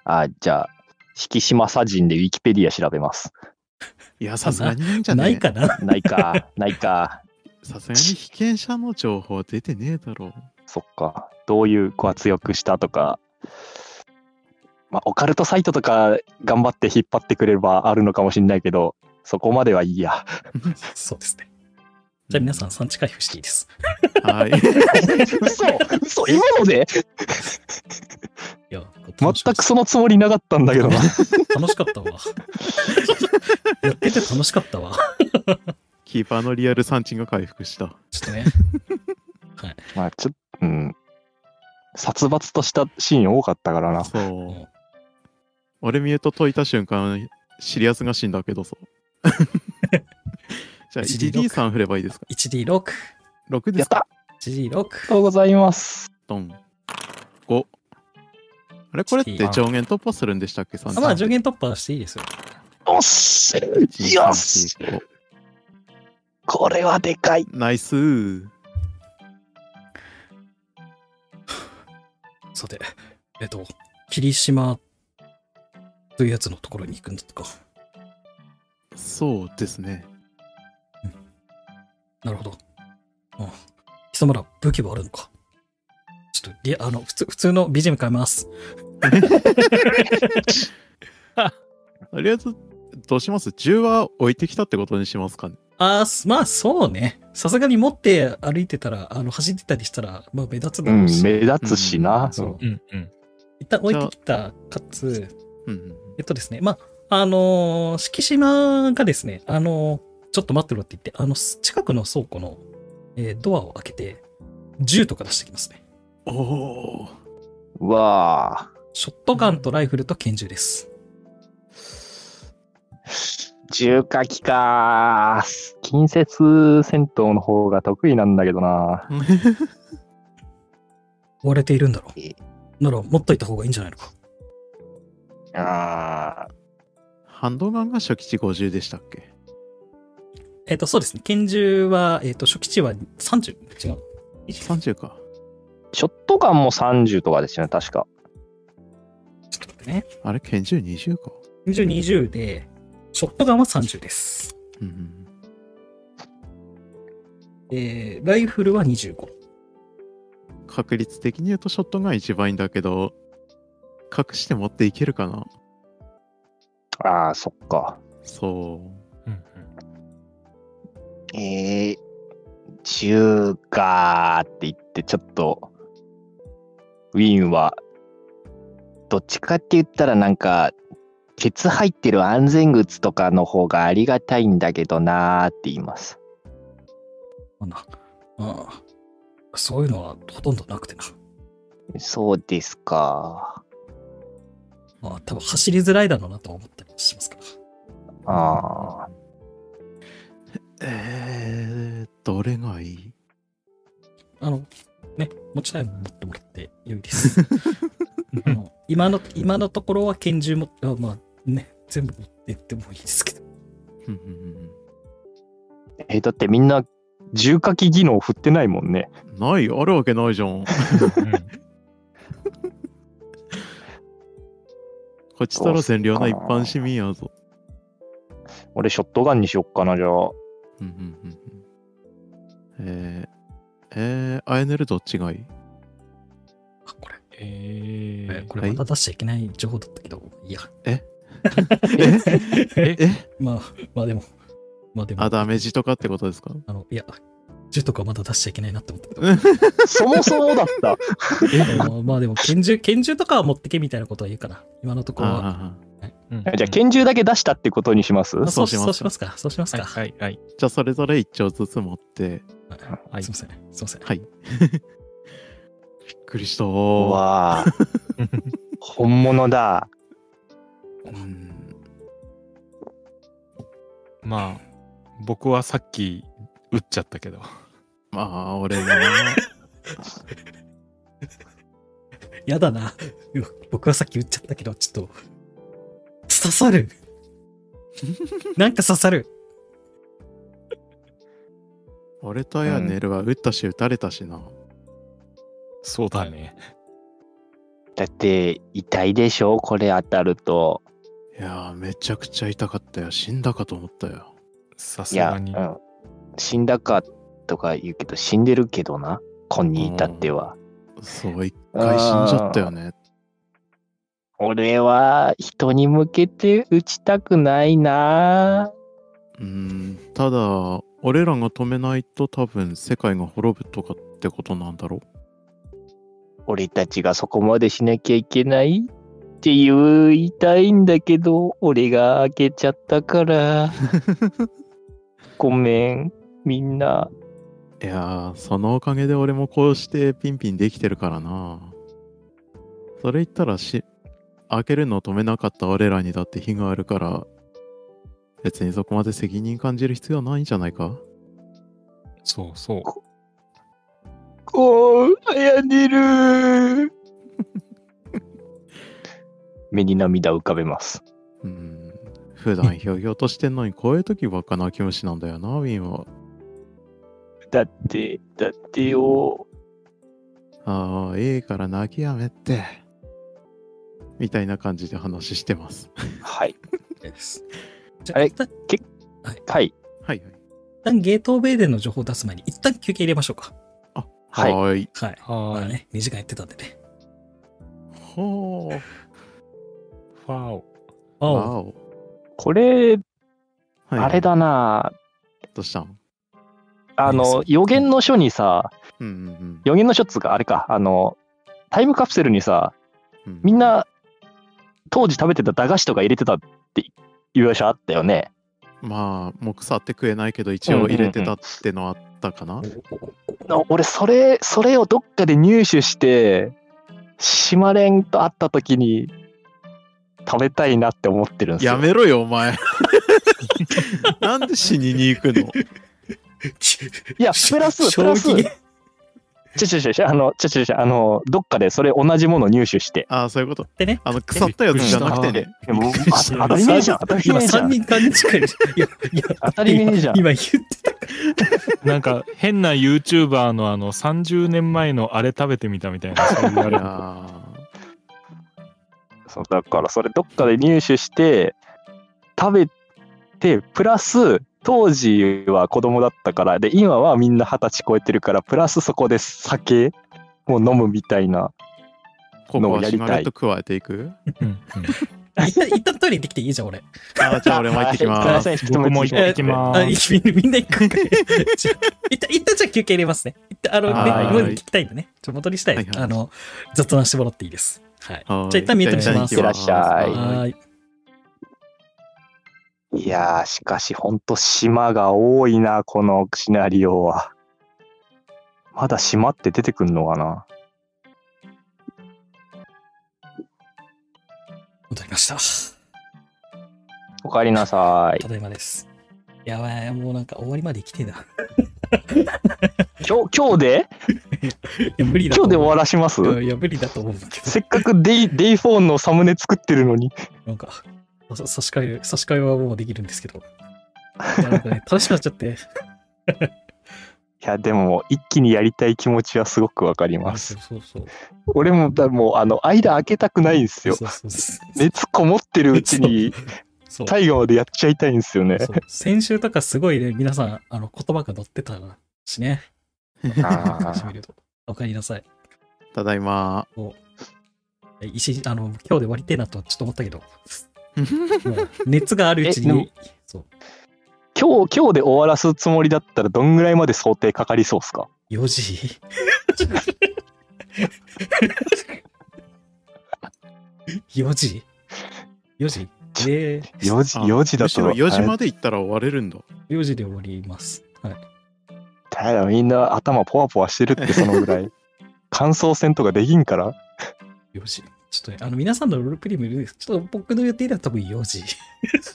A: あ、じゃあ、敷島サジンでウィキペディア調べます。
C: いやさすがにないんじゃね
B: ないかな
A: ない か、ないか。
C: さすがに被験者の情報出てねえだろう
A: そっか。どういう活躍したとか。まあ、オカルトサイトとか頑張って引っ張ってくれればあるのかもしれないけど、そこまではいいや。
B: そうですね。じゃあ皆さん、産地回復していいです。
C: はい
A: 嘘嘘今ので
B: いや、楽し
A: 全
B: かった
A: くそのつもりなかったんだけどな。
B: 楽しかったわ。やってて楽しかったわ。
C: キーパーのリアル産地が回復した
B: ちょっとね。
A: まあ、ちょっと、うん。殺伐としたシーン多かったからな。
C: そう
B: う
C: 俺ミュート解いた瞬間シリアスが死んだ けどそうじゃあ 1D さん振ればいいですか
B: 1D6。
C: 6で
A: やっ
C: すか
A: たあ
B: 1D6。
A: りがとうございます。
C: ドン。5。あれこれって上限突破するんでしたっけ ?3
B: あまあ、上限突破していいですよ。
A: おっしよしこれはでかい
C: ナイスー。
B: さて、えっと、霧島というやつのところに行くんだとか。
C: そうですね。
B: なるほど。うん。貴様ら武器はあるのかちょっと、リアあの、普通、普通の BGM 変えます。
C: とりあえず、どうします銃は置いてきたってことにしますかね。
B: あーすまあ、そうね。さすがに持って歩いてたら、あの、走ってたりしたら、まあ、目立つだろうし。
A: 立な
B: そう。
D: うんうん。
B: 一旦置いてきた、かつ、
C: うんうん。
B: えっとですね、まあ、あのー敷島がですね、あのーちょっと待ってろって言って、あの、す近くの倉庫の、えードアを開けて、銃とか出してきますね。
C: おー。
A: うわあ
B: ショットガンとライフルと拳銃です。
A: 重火器かー近接戦闘の方が得意なんだけどな
B: 追われているんだろ
A: ええ
B: う。なら、持っといた方がいいんじゃないのか。
A: あ
C: ハンドガンが初期値50でしたっけ
B: えっ、と、そうですね。拳銃は、えっ、と、初期値は30。違う。
C: ?30 か。
A: ーショットガンも30とかですよね確か
B: ちょっと待ってね。
C: あれ拳銃20か。
B: 拳銃20で、ショットガンは30です。
C: うんうん。
B: えー、ライフルは25。
C: 確率的に言うとショットガン一番いいんだけど、隠して持っていけるかな
A: ああそっか
C: そう。
D: うん
A: えー、銃かーって言っってちょっとウィーンはどっちかって言ったらなんかケツ入ってる安全靴とかの方がありがたいんだけどなーって言います。
B: あな、うん。そういうのはほとんどなくてな。
A: そうですか。
B: まあ、多分走りづらいだろうなとは思ったりしますから。
A: ああ。
C: えー、どれがいい
B: あの、ね、持ちタイム持ってもらって良いです。 あの今の、今のところは拳銃も、あまあね、全部持ってってもいいですけど。
C: うんうん
A: えだってみんな重火器技能振ってないもんね。
C: うんないあるわけないじゃん。こっちたら善良な一般市民やぞ。
A: 俺ショットガンにしよっかな、じゃあ。
C: うんうんうんうんえー、えー、アエネルどっちがいい
B: あ、これ、
D: えー
B: えーこれまた出しちゃいけない情報だったけど、いや、
C: え
D: え
C: え
B: まあ、まあでも、まあでも、
C: あ、ダメージとかってことですか
B: あの、いや、銃とかまだ出しちゃいけないなって思ったけど、
A: そもそもだった。
B: あのまあでも、拳銃、拳銃とかは持ってけみたいなことは言うから、今のところは。
C: あー
D: うん
A: じゃあ拳銃だけ出したってことにします
B: まあそう
C: そうし
B: しそうしま
C: ます
B: すか、そうします
D: はい
B: か。
D: はいはい。
C: じゃあそれぞれ一丁ずつ持って。
D: はい
B: すいません、すいません。
C: はい。びっくりした
A: う
C: ー。
A: わあ。本物だ。
C: うん
D: まあ、僕はさっき打っちゃったけど。
C: まあ、俺もな。
B: やだな。僕はさっき言っちゃったけど、ちょっと、刺さる。なんか刺さる。
C: 俺とやネルは撃ったし撃たれたしな。
D: そうだね。
A: だって痛いでしょこれ当たると。
C: いやー、めちゃくちゃ痛かったよ。死んだかと思ったよ。
D: さ
A: い
D: す
A: や、う
D: がに。
A: ん、死んだかとか言うけど死んでるけどな。今に至っては。
C: そう、一回死んじゃったよね。
A: 俺は人に向けて打ちたくないな。
C: うん、ただ、俺らが止めないと多分世界が滅ぶとかってことなんだろ
A: 俺たちがそこまでしなきゃいけないって言いたいんだけど、俺が開けちゃった から。ごめん、みんな。
C: う。いやー、そのおかげで俺もこうしてピンピンできてるからな。それ言ったらし、開けるのを止めなかった俺らにだって火があるから、別にそこまで責任感じる必要ないんじゃないか
D: そうそう。
A: こう、あやねる。目に涙を浮かべます。
C: うん普段ひょうひょうとしてんのにこういう時ばっか泣き虫なんだよなウィンは
A: だって、だってよ。
C: ああいいから泣きやめてみたいな感じで話してます
A: はい。
B: ですじ
A: あ
B: ゃあ、
A: れ
B: 一旦
A: はい。
C: はいはい
B: 一旦ゲートベイデンの情報を出す前に、一旦休憩入れましょうか。
A: はい
C: ーい
B: はい。ま
D: は
B: あ
D: ーい。
B: ね、2時間やってたんでね。
C: ほー
D: わお。
B: あ
C: わお
A: これ、
C: はい
A: あれだな。
C: どうしたん
A: あ
B: 何
A: の
B: で、す
A: 予言の書にさ、
C: うんうん
A: 予言の書っつうか、あれか、あの、タイムカプセルにさ、
C: うん
A: みんな、当時食べてた駄菓子とか入れてたっていう描写あったよね。
C: まあもう腐って食えないけど一応入れてたってのあったかな、
A: な俺、それ、それをどっかで入手して、島連と会った時に、食べたいなって思ってるんですよ。
C: やめろよお前 なんで死にに行くの
A: いや、プラス、プラス、
B: 衝撃
A: ちょちょちょちょ、あの、ちょちょちょ、あの、どっかでそれ同じもの入手して。
C: ああそういうこと
B: でね。
C: あの腐ったやつじゃなくてね
A: いやもうあ当たり前じゃん、当たり
B: 今
A: 前じゃ
B: 3
A: ん。
B: 人感じくいいや、いや、
A: 当たり前じゃん
B: 今今言ってた。
D: なんか変な YouTuber のあの30年前のあれ食べてみたみたいな、そういうあ
C: い
D: れ
C: や。ー
A: そうだから、それどっかで入手して、食べて、プラス、当時は子供だったから、で、今はみんな二十歳超えてるから、プラスそこで酒を飲むみたいな。
C: ここ
A: のを
C: は
A: やり
C: 島
A: た
C: レ
A: い
C: と加えていく
D: うんうん
B: 一旦、一旦トイレ行ってきていいじゃん、俺。
C: あじゃあ俺も行って き
A: は
C: ま
A: い
C: す。
A: すいません
D: 僕も行ってきま
B: あ、
D: ーす。
B: みんなみんな行くんかい。じゃあ一旦、一旦じゃあ休憩入れますね。一旦、あの、
C: は
B: ね
C: い
B: ごめん聞きたいんでね。ちょっと戻りしたい。
C: はいはい
B: あの、雑談してもらっていいです。はい。
C: はい
B: じゃあ一旦ミュートにします
C: じゃあ一旦行きま
A: は
C: す
B: はーい。
A: いやー、しかし、ほんと島が多いな、このシナリオは。まだ島って出てくんのかな
B: 戻りました。
A: おかえりなさい。
B: ただいまです。やばい、もうなんか終わりまで生きてえな。
A: 今日、今日で
B: いや、無理だと
A: 今日で
B: 思う。
A: 終わらします
B: うんいや、無理だと思うんだ けど、
A: せっかくデイ、デイ4のサムネ作ってるのに。
B: なんか、さ差し替える、差し替えはもうできるんですけど。いや、なんかね、 楽しくなっちゃって。
A: いや、でも、一気にやりたい気持ちはすごくわかります。
B: そうそう。
A: 俺も、だもう、あの、間開けたくないんですよ。
B: そうそうそう。
A: 熱こもってるうちに、
B: そう
A: 大河までやっちゃいたいんですよね。
B: そう先週とかすごいね、皆さん、あの、言葉が載ってたしね。
A: あ
B: 楽し
A: ー
B: みると。おかえりなさい。
C: ただいま。
B: え一時あの、今日で終わりてえなとはちょっと思ったけど、もう熱があるうち
A: えでも
B: に、そう、
A: 今日、今日で終わらすつもりだったら、どんぐらいまで想定かかりそうっすか
B: 4時。4時 ?4 時で、
A: ?4 時、
C: あ
A: 4時だ
C: むしろ
A: と。
C: 4時まで行ったら終われるんだ。
B: 4時で終わります。はい。
A: ただみんな頭ポワポワしてるってそのぐらい感想戦とかできんから
B: 4時。ちょっとね、あの、皆さんのロールプレイもいるんですちょっと僕の予定では多分4時。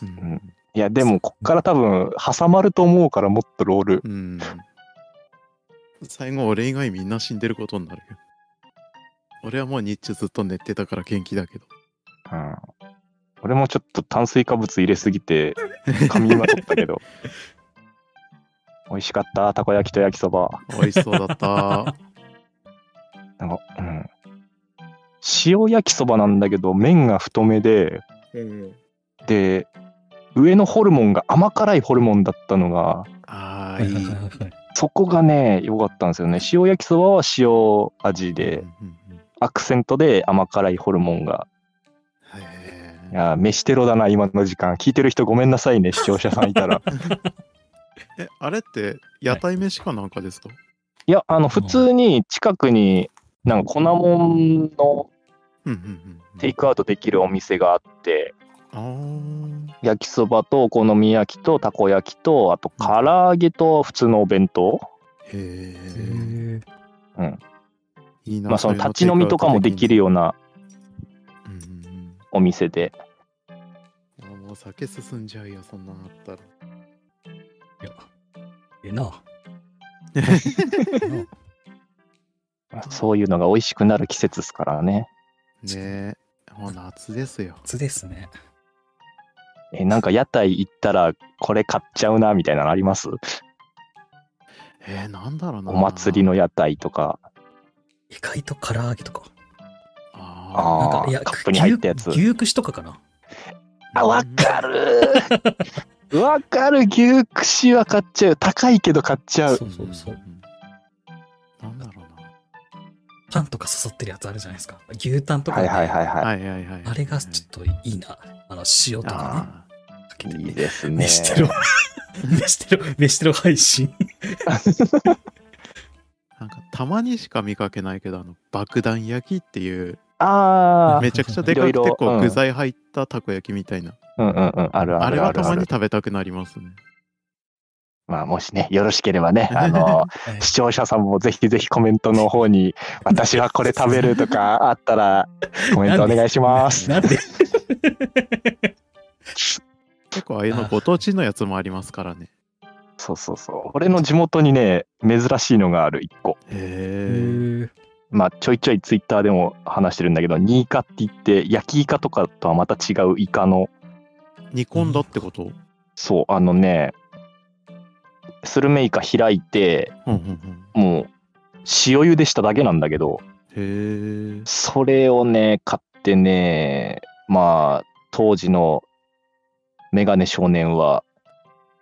C: うん
A: いやでもこっから多分挟まると思うからもっとロール
C: うん。最後、俺以外みんな死んでることになるよ。俺はもう日中ずっと寝てたから元気だけど。
A: うん俺もちょっと炭水化物入れすぎて髪今取ったけど美味しかったたこ焼きと焼きそば
C: 美味しそうだった。
A: なんかうん塩焼きそばなんだけど麺が太めでで上のホルモンが甘辛いホルモンだったのが
B: は
C: あー
B: いはい
C: い
B: はい
C: い。
B: はい。
A: そこがね良かったんですよね塩焼きそばは塩味 で、
C: うんうんうん
A: アクセントで甘辛いホルモンが。
C: へ
A: い
C: ー
A: やー、飯テロだな、今の時間。聞いてる人ごめんなさいね、視聴者さんいたら。
C: え、あれって屋台飯かなんかですか、
A: いや、あの、普通に近くに、なんか粉もんの
C: うんうんうんうん
A: テイクアウトできるお店があって、
C: あー
A: 焼きそばとお好み焼きとたこ焼きと、あと唐揚げと普通のお弁当。
C: へえ。
B: へ
C: いいな
A: まあ、その立ち飲みとかもできる
C: よ。
A: ような
C: うんうん
A: お店で。
C: うんあもう酒進んじゃうよ、そんなのあったら。
B: ーいやええな。
A: まあそういうのが美味しくなる季節ですからね。
C: ねえ、もう夏ですよ。
B: 夏ですね。
A: え、なんか屋台行ったら、これ買っちゃうな、みたいなのあります
C: えー、なんだろうな。
A: お祭りの屋台とか。
B: 意外と唐揚げとか。
C: あ
B: なん
A: あ
B: か、い
A: あ、
B: や、
A: カップに入ったやつ。
B: 牛牛串とかかな。
A: あ、わかる。 わかる。牛串は買っちゃう。高いけど買っちゃう
B: そ。
C: ー。
B: うそうそ。うん
C: んなんだろう
B: パンとか刺さってるやつあるじゃないですか。牛タンと
A: は
B: か
A: い
B: ね、
A: はいはい
C: な。
A: は
C: はいはいはい。
B: あれがちょっといいな。あの、塩とかね。
C: あ
B: かけ
A: い。い
B: て
A: いですね。
B: 飯 テロ、飯テロ、飯テロ配信。
C: ーなんかたまにしか見かけないけど、あの爆弾焼きっていう、
A: ああ、
C: めちゃくちゃでかく
A: いろい
C: て
A: ろ
C: こ
A: うん
C: う具材入ったたこ焼きみたいな。
A: うんうんうん。あるあ
C: あれ
A: るあ
C: は
A: る
C: たま
A: あ
C: に
A: る。
C: 食べたくなりますね。
A: まあ、もしね、よろしければね、あの、
B: はい
A: 視聴者さんもぜひぜひコメントの方 に、私はこれ食べるとか あったら、コメントお願いします。
B: なんで
C: 結構ああいうのご当地のやつもありますからね。
A: そうそうそう。俺の地元にね、珍しいのがある、一個。
C: へえ。
B: へ
A: まあ、ちょいちょいツイッターでも話してるんだけど、ニイカって言って、焼きイカとかとはまた違うイカの、
C: 煮込んだってこと
A: そう、あのね、スルメイカ開いて、
C: うんうんうん。
A: もう、塩茹でしただけなんだけど、
C: へえ。
A: それをね、買ってね、まあ、当時のメガネ少年は、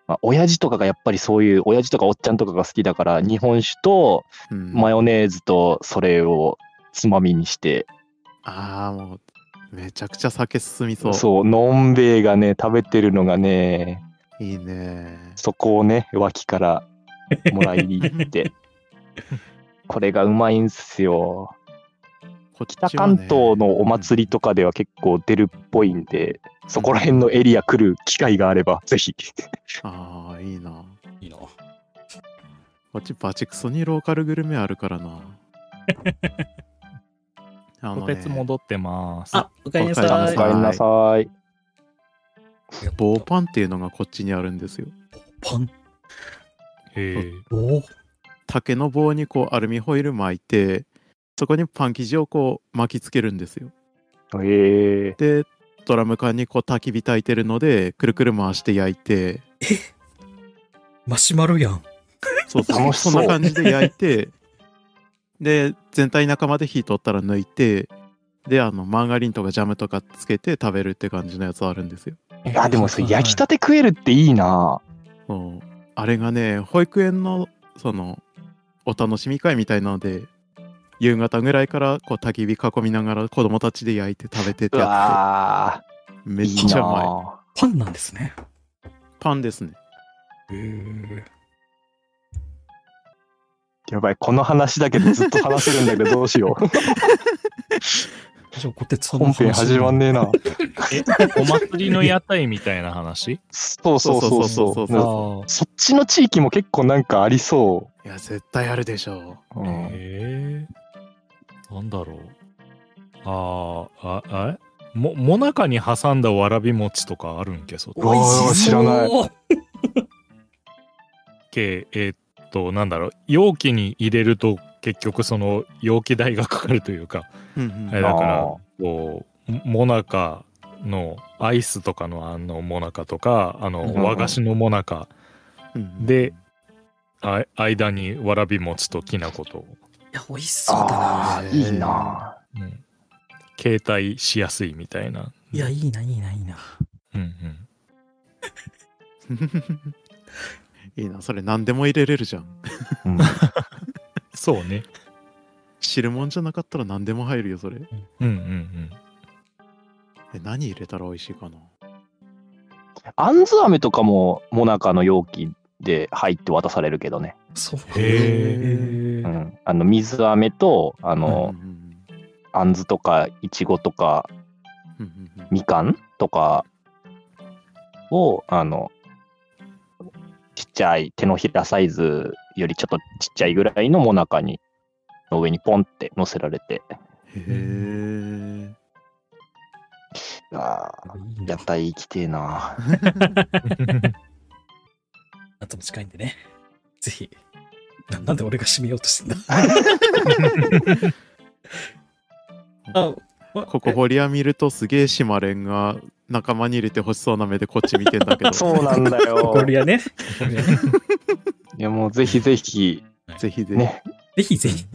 A: まあ、親父とかがやっぱりそういう、親父とかおっちゃんとかが好きだから、日本酒と
C: うん
A: マヨネーズとそれをつまみにして、
C: ああ、もう、めちゃくちゃ酒進みそう。
A: そう、のんべえがね、食べてるのがね、
C: いいね。
A: そこをね、脇からもらいに行 って。これがうまいんすよ。
C: こっちは
A: 北関
C: ね
A: 東のお祭りとかでは結構出るっぽいんで、そこら辺のエリア来る機会があれば、ぜひ。
C: ああ、いいな。
B: いいな。
C: こっちバチクソにローカルグルメあるからな。あ
D: こてつ戻ってます。
B: あ、おかえりな
C: おか
A: お
B: さ
C: え
B: い
C: りなさ
A: 帰りなさい。
C: 棒パンっていうのがこっちにあるんですよ。
B: パン。
D: へえ。
B: おお。
C: 竹の棒にこうアルミホイル巻いて、そこにパン生地をこう巻きつけるんですよ。
A: ええ
C: で、ドラム缶にこう焚き火焚いてるので、くるくる回して焼いて、
B: マシュマロやん。
C: そうそう
A: 楽しそう
C: そんな感じで焼いて、で、全体中まで火取ったら抜いて、で、あの、マーガリンとかジャムとかつけて食べるって感じのやつあるんですよ。
A: いや、でもそれ焼きた
B: て。
A: て食えるっていいな。
C: そうあれがね保育園のそのお楽しみ会みたいなので夕方ぐらいからこう焚き火囲みながら子供たちで焼いて食べてっ
A: う
C: てや
A: わ
C: つめ
A: ー
C: っ
A: いい
C: ちゃうま
A: な。
B: パンなんですね。
C: いパンですね
B: へえ。
A: やばい、この話だけでずっと話せるん だけど、どうしよう。
B: じゃあ、こてつさんの
A: 本編始まんねえな。
D: え、お祭りの屋台みたいな話
A: そうそうそうそう
C: そうそうそう
D: あ
C: そ
A: そっちの地域も結構なんかありそ
C: いや絶対あるでしょ
A: う。うん
D: あ。へえ。なんだろう。あーあ、あれも、もなかに挟んだわらび餅とかあるんけ、そっち
A: うわー知らない
B: い。
D: けえーっとなんだろう容器に入れると結局その容器代がかかるというか、
C: う、うん
D: あれだから
A: あ
D: こうもなかのアイスとかのあのもなかとかあ
A: うん
D: の
A: うん
D: 和菓子のもなか
C: うん
D: であ間にわらび餅ときな粉
B: い
D: と、
B: や、美味しそうだな。
A: ああ、いいな。
D: うん、携帯しやすいみたいな、
B: いや、いいな、いいな、いいな。
D: うんうん、
C: いいなそれ何でも入れれるじゃん
A: うん
D: そうね
C: 汁物じゃなかったら何でも入るよそれ
D: うんうんうん
C: え何入れたら美味しいかな
A: あんず飴とかもモナカの容器で入って渡されるけどね。
B: そうなんだ。
D: へ
A: う
D: え
A: ん、あの水飴とあ
C: うんう
A: の、
C: ん
A: あんずとかいちごとか
C: うんうんうん
A: みかんとかをあのちっちゃい手のひらサイズよりちょっとちっちゃいぐらいのモナカにの上にポンって乗せられて
C: へえ
A: あ
B: いい
A: ー
B: な
A: 屋台行きてえな
B: 夏も近いんでね。ぜひ。ななんで俺が締めようとしてんだ あ、
C: ここホリア見るとすげえシマレンが仲間に入れて欲しそうな目でこっち見てん だけど
A: そうなんだよ
B: これや ね。
A: いやもうぜひぜひ
C: ぜひぜひ、
A: ね
B: ぜひぜひ。ぜ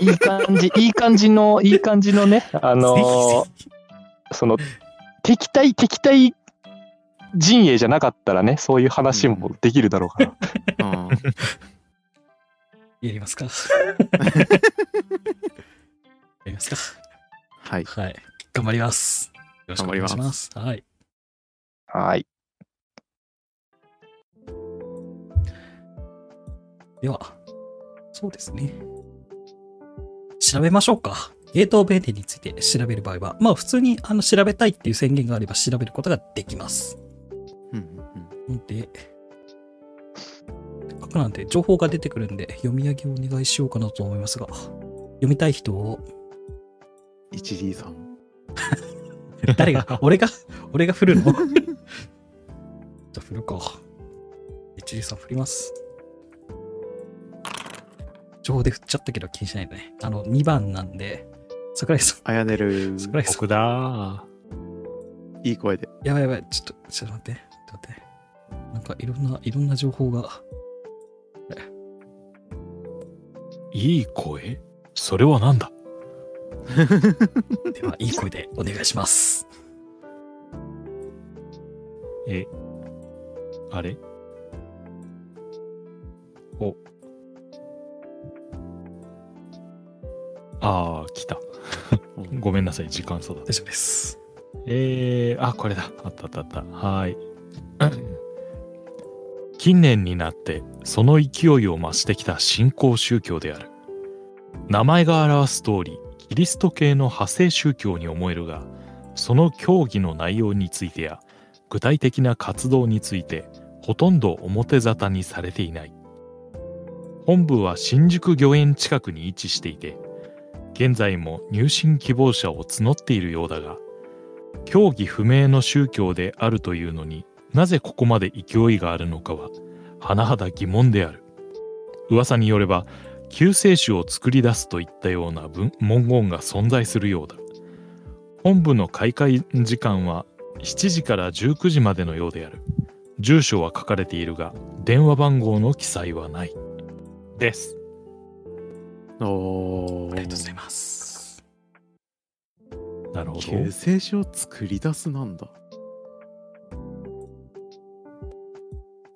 A: いい感じいい感じのいい感じのねあのー
B: ひぜひ。
A: その敵対敵対陣営じゃなかったらねそういう話もできるだろうから、
C: うん
B: やり ますか。やりますか。
C: はい
B: はい。頑張ります。よろしくお願いします。はい。
A: はい
B: では、そうですね。調べましょうか。ゲートオブエデンについて調べる場合は、まあ普通にあの調べたいっていう宣言があれば調べることができます。
C: うんうん
B: で、せっかくなんで情報が出てくるんで読み上げをお願いしようかなと思いますが、読みたい人を、
C: うん 1D さん
B: 誰が、俺が、俺が振るのじゃあ振るか。一流さん振ります。情報で振っちゃったけど気にしないでね。あの、2番なんで、桜井さ
C: あやねる
B: ん、桜井さん
D: 僕、だ
C: いい声で
B: やばいやばい、ちょっと、ちょっと待って、ちょっと待って。なんかいろんな、いろんな情報が、
D: いい声それはなんだ
B: では、いい声でお願いします。
D: え、あれお。ああ、来た。ごめんなさい、時間差だ。
B: 大丈夫です。
D: えー、あ、これだ。あったあったあった。はーい。近年になって、その勢いを増してきた新興宗教である。名前が表す通り、キリスト系の派生宗教に思えるが、その教義の内容についてや、具体的な活動について、ほとんど表沙汰にされていない。本部は新宿御苑近くに位置していて、現在も入信希望者を募っているようだが、教義不明の宗教であるというのになぜここまで勢いがあるのかは甚だ疑問である噂によれば救世主を作り出すといったような文文言が存在するようだ本部の開会時間は7時から19時までのようである住所は書かれているが電話番号の記載はないです
C: お
B: ありがとうござい
C: ー
B: ます。
D: なるほど
C: 救世主を作り出すなんだ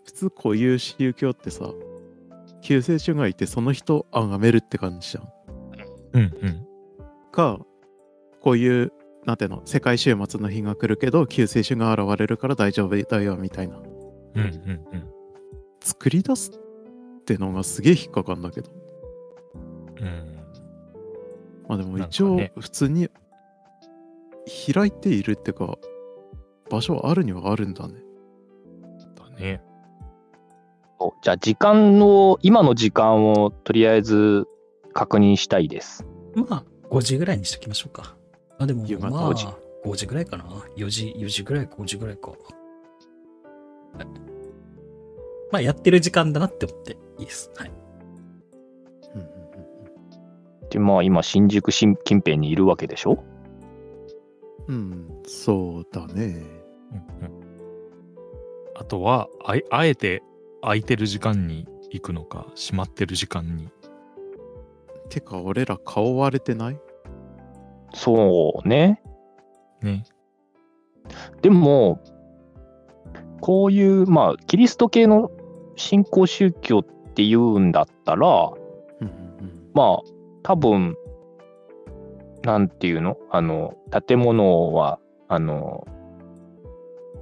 C: 普通こういう宗教ってさ救世主がいてその人を崇めるって感じじゃん
D: うんうん
C: かこういうなんていうの世界終末の日が来るけど救世主が現れるから大丈夫だよみたいな
D: うんうんうん
C: 作り出すってのがすげえ引っかかんだけど
D: うん
C: まあでも
D: なんか
C: 一応
D: ね
C: 普通に開いているってか場所はあるにはあるんだね
D: だね
A: じゃあ時間を今の時間をとりあえず確認したいです。
B: まあ、5時ぐらいにしときましょうか。あ、でも、
C: 夕方
B: まあ、
C: 5時
B: 5時ぐらいかな。4時、4時ぐらい、5時ぐらいか。はいまあ、やってる時間だなって思って、いいです。はい。
C: うんうん
A: でまあ今新宿新近辺にいるわけでしょ
C: うん、うん、そうだね
D: うんうんあとはあいあえて空いてる時間に行くのか閉まってる時間に
C: てか俺ら顔割れてない
A: そうね。
D: ね
A: でもこういうまあキリスト系の信仰宗教っていうんだったら
C: うんうん
A: まあ多分なんていうのあの建物はあの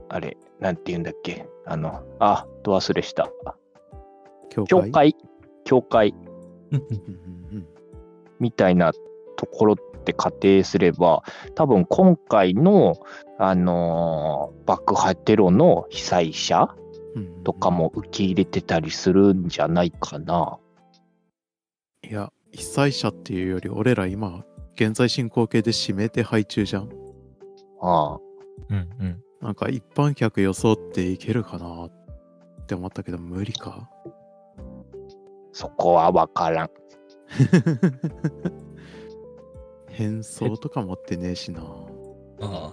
A: あれなんていうんだっけあのあど忘れした
C: うん教
A: 教会教会
B: うんうん
C: うんうん
A: みたいなところって仮定すれば多分今回のあのー爆破テロの被災者
C: うんうんうん
A: とかも受け入れてたりするんじゃないかな。
C: いや被災者っていうより俺ら今現在進行形で指名手配中じゃん
A: ああ
D: うんうん
C: なんか一般客装っていけるかなって思ったけど無理か
A: そこは分からん。
C: 変装とか持ってねえしな
B: ああ。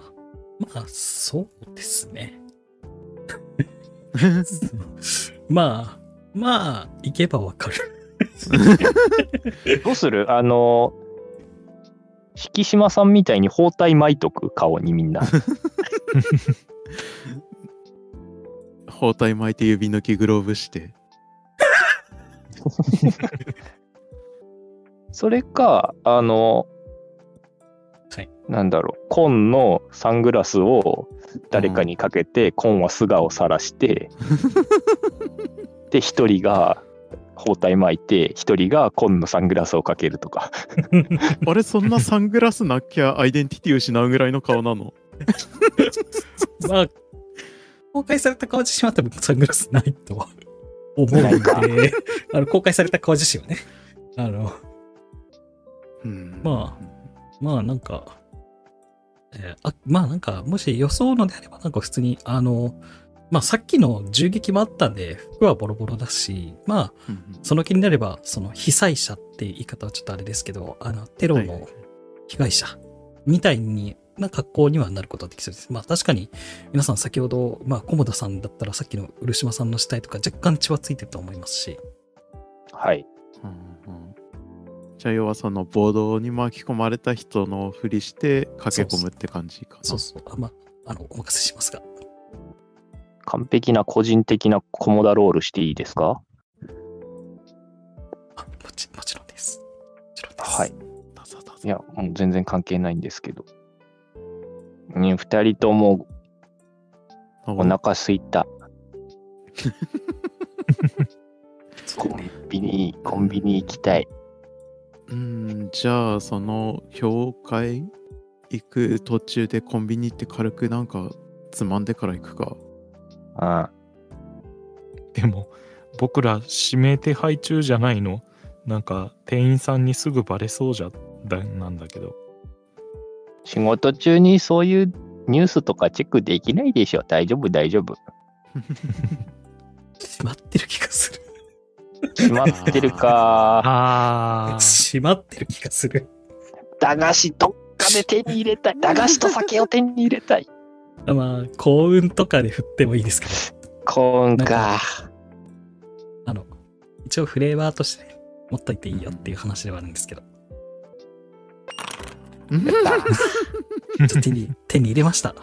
B: まあ、そうですね。 まあ、まあ、行けばわかる。
A: どうするあのー、敷島さんみたいに包帯巻いとく顔にみん な。
C: 包帯巻いて指抜きグローブして
A: それか、あの、
B: はい
A: なんだろう、紺のサングラスを誰かにかけて、紺は素顔を晒 して、で、一人が包帯巻いて、一人が紺のサングラスをかけるとか。
C: あれそんなサングラスなきゃアイデンティティ失うぐらいの顔なの
B: まあ、公開された顔自身は多分サングラスないとは思う
A: ないか
B: ので、 あの公開された顔自身はね。あの、
C: うん
B: ままあなんか、えーあまあなんか、もし予想のであれば、なんか普通に、あの、まあさっきの銃撃もあったんで、服はボロボロだし、まあ、
C: うんうん
B: その気になれば、その被災者って言い方はちょっとあれですけど、あの、テロの被害者みたいにな格好にはなることはできそうです。まあ確かに、皆さん先ほど、まあ、菰田さんだったらさっきの漆島さんの死体とか若干血はついてると思いますし、
A: はい。
C: うんうんじゃあ要はその暴動に巻き込まれた人のふりして駆け込むって感じかな
B: そうそう、あまあ、あの、お任せしますが。
A: 完璧な個人的なコモダロールしていいですか
B: あ、もちもちろんです。もちろんです。
A: はい。
C: ダサダサ
A: いや、うん全然関係ないんですけど。ね、二人とも
C: あ
A: お腹すいた。
B: そ
A: コ
B: うね
A: ンビニ、コンビニ行きたい。
C: うんじゃあその教会行く途中でコンビニ行って軽くなんかつまんでから行くか
A: あ
D: でも、僕ら指名手配中じゃないの。なんか、店員さんにすぐバレそうじゃ、だなんだけど。
A: 仕事中にそういうニュースとかチェックできないでしょ。大丈夫、大丈夫。
B: 閉まってる気がする。
A: 閉まってる か。
D: あ
B: 閉まってる気がする。
A: 駄菓子どっかで手に入れたい。駄菓子と酒を手に入れたい。
B: まあ、幸運とかで振ってもいいですけど、
A: 幸運か。
B: あの、一応フレーバーとして持っといていいよっていう話ではあるんですけど、
C: うん
B: ちょっと手 に、手に入れました。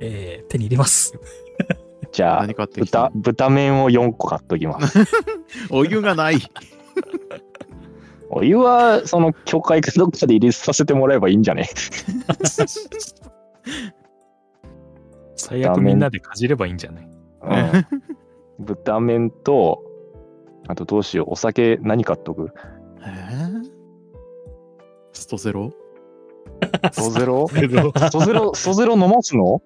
B: えー、手に入れます。
A: じゃあ
C: 何、買ってき
A: 豚
C: た、
A: 豚麺を4個買っときます。
C: お湯がない
A: お湯は、その、教会かどっかで入れさせてもらえばいいんじゃね
D: 最悪みんなでかじればいいんじゃない
A: うん。 豚麺と、あとどうしよう、お酒何買っとく
C: えーストゼロ
A: ソゼロ
D: けど
A: ソゼロ、ソゼロ飲ますの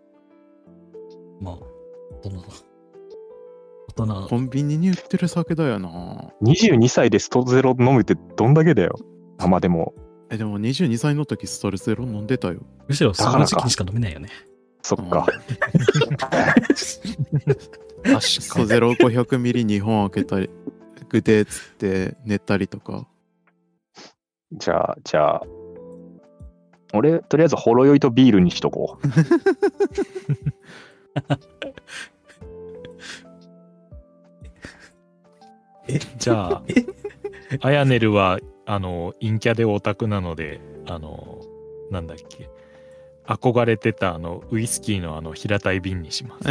B: まあ、大人の、大人の
C: コンビニに売ってる酒だよな
A: ?22 歳でストゼロ飲むってどんだけだよ。あまあでも、
C: えでも22歳の時ストゼロ飲んでたよ
B: むしろそ
A: だか
B: の
A: らか
B: 時期にしか飲めないよね。
A: そっか。
D: 確
C: ス
D: か
C: ト
D: に。
C: ゼロ500ミリ2本開けたりグデーっつって寝たりとか
A: じゃあ、じゃあ、俺、とりあえずほろ酔いとビールにしとこう。
D: じゃあ、アヤネルは、あの、陰キャでオタクなので、あの、なんだっけ。憧れてたあのウイスキーのあの平たい瓶にします。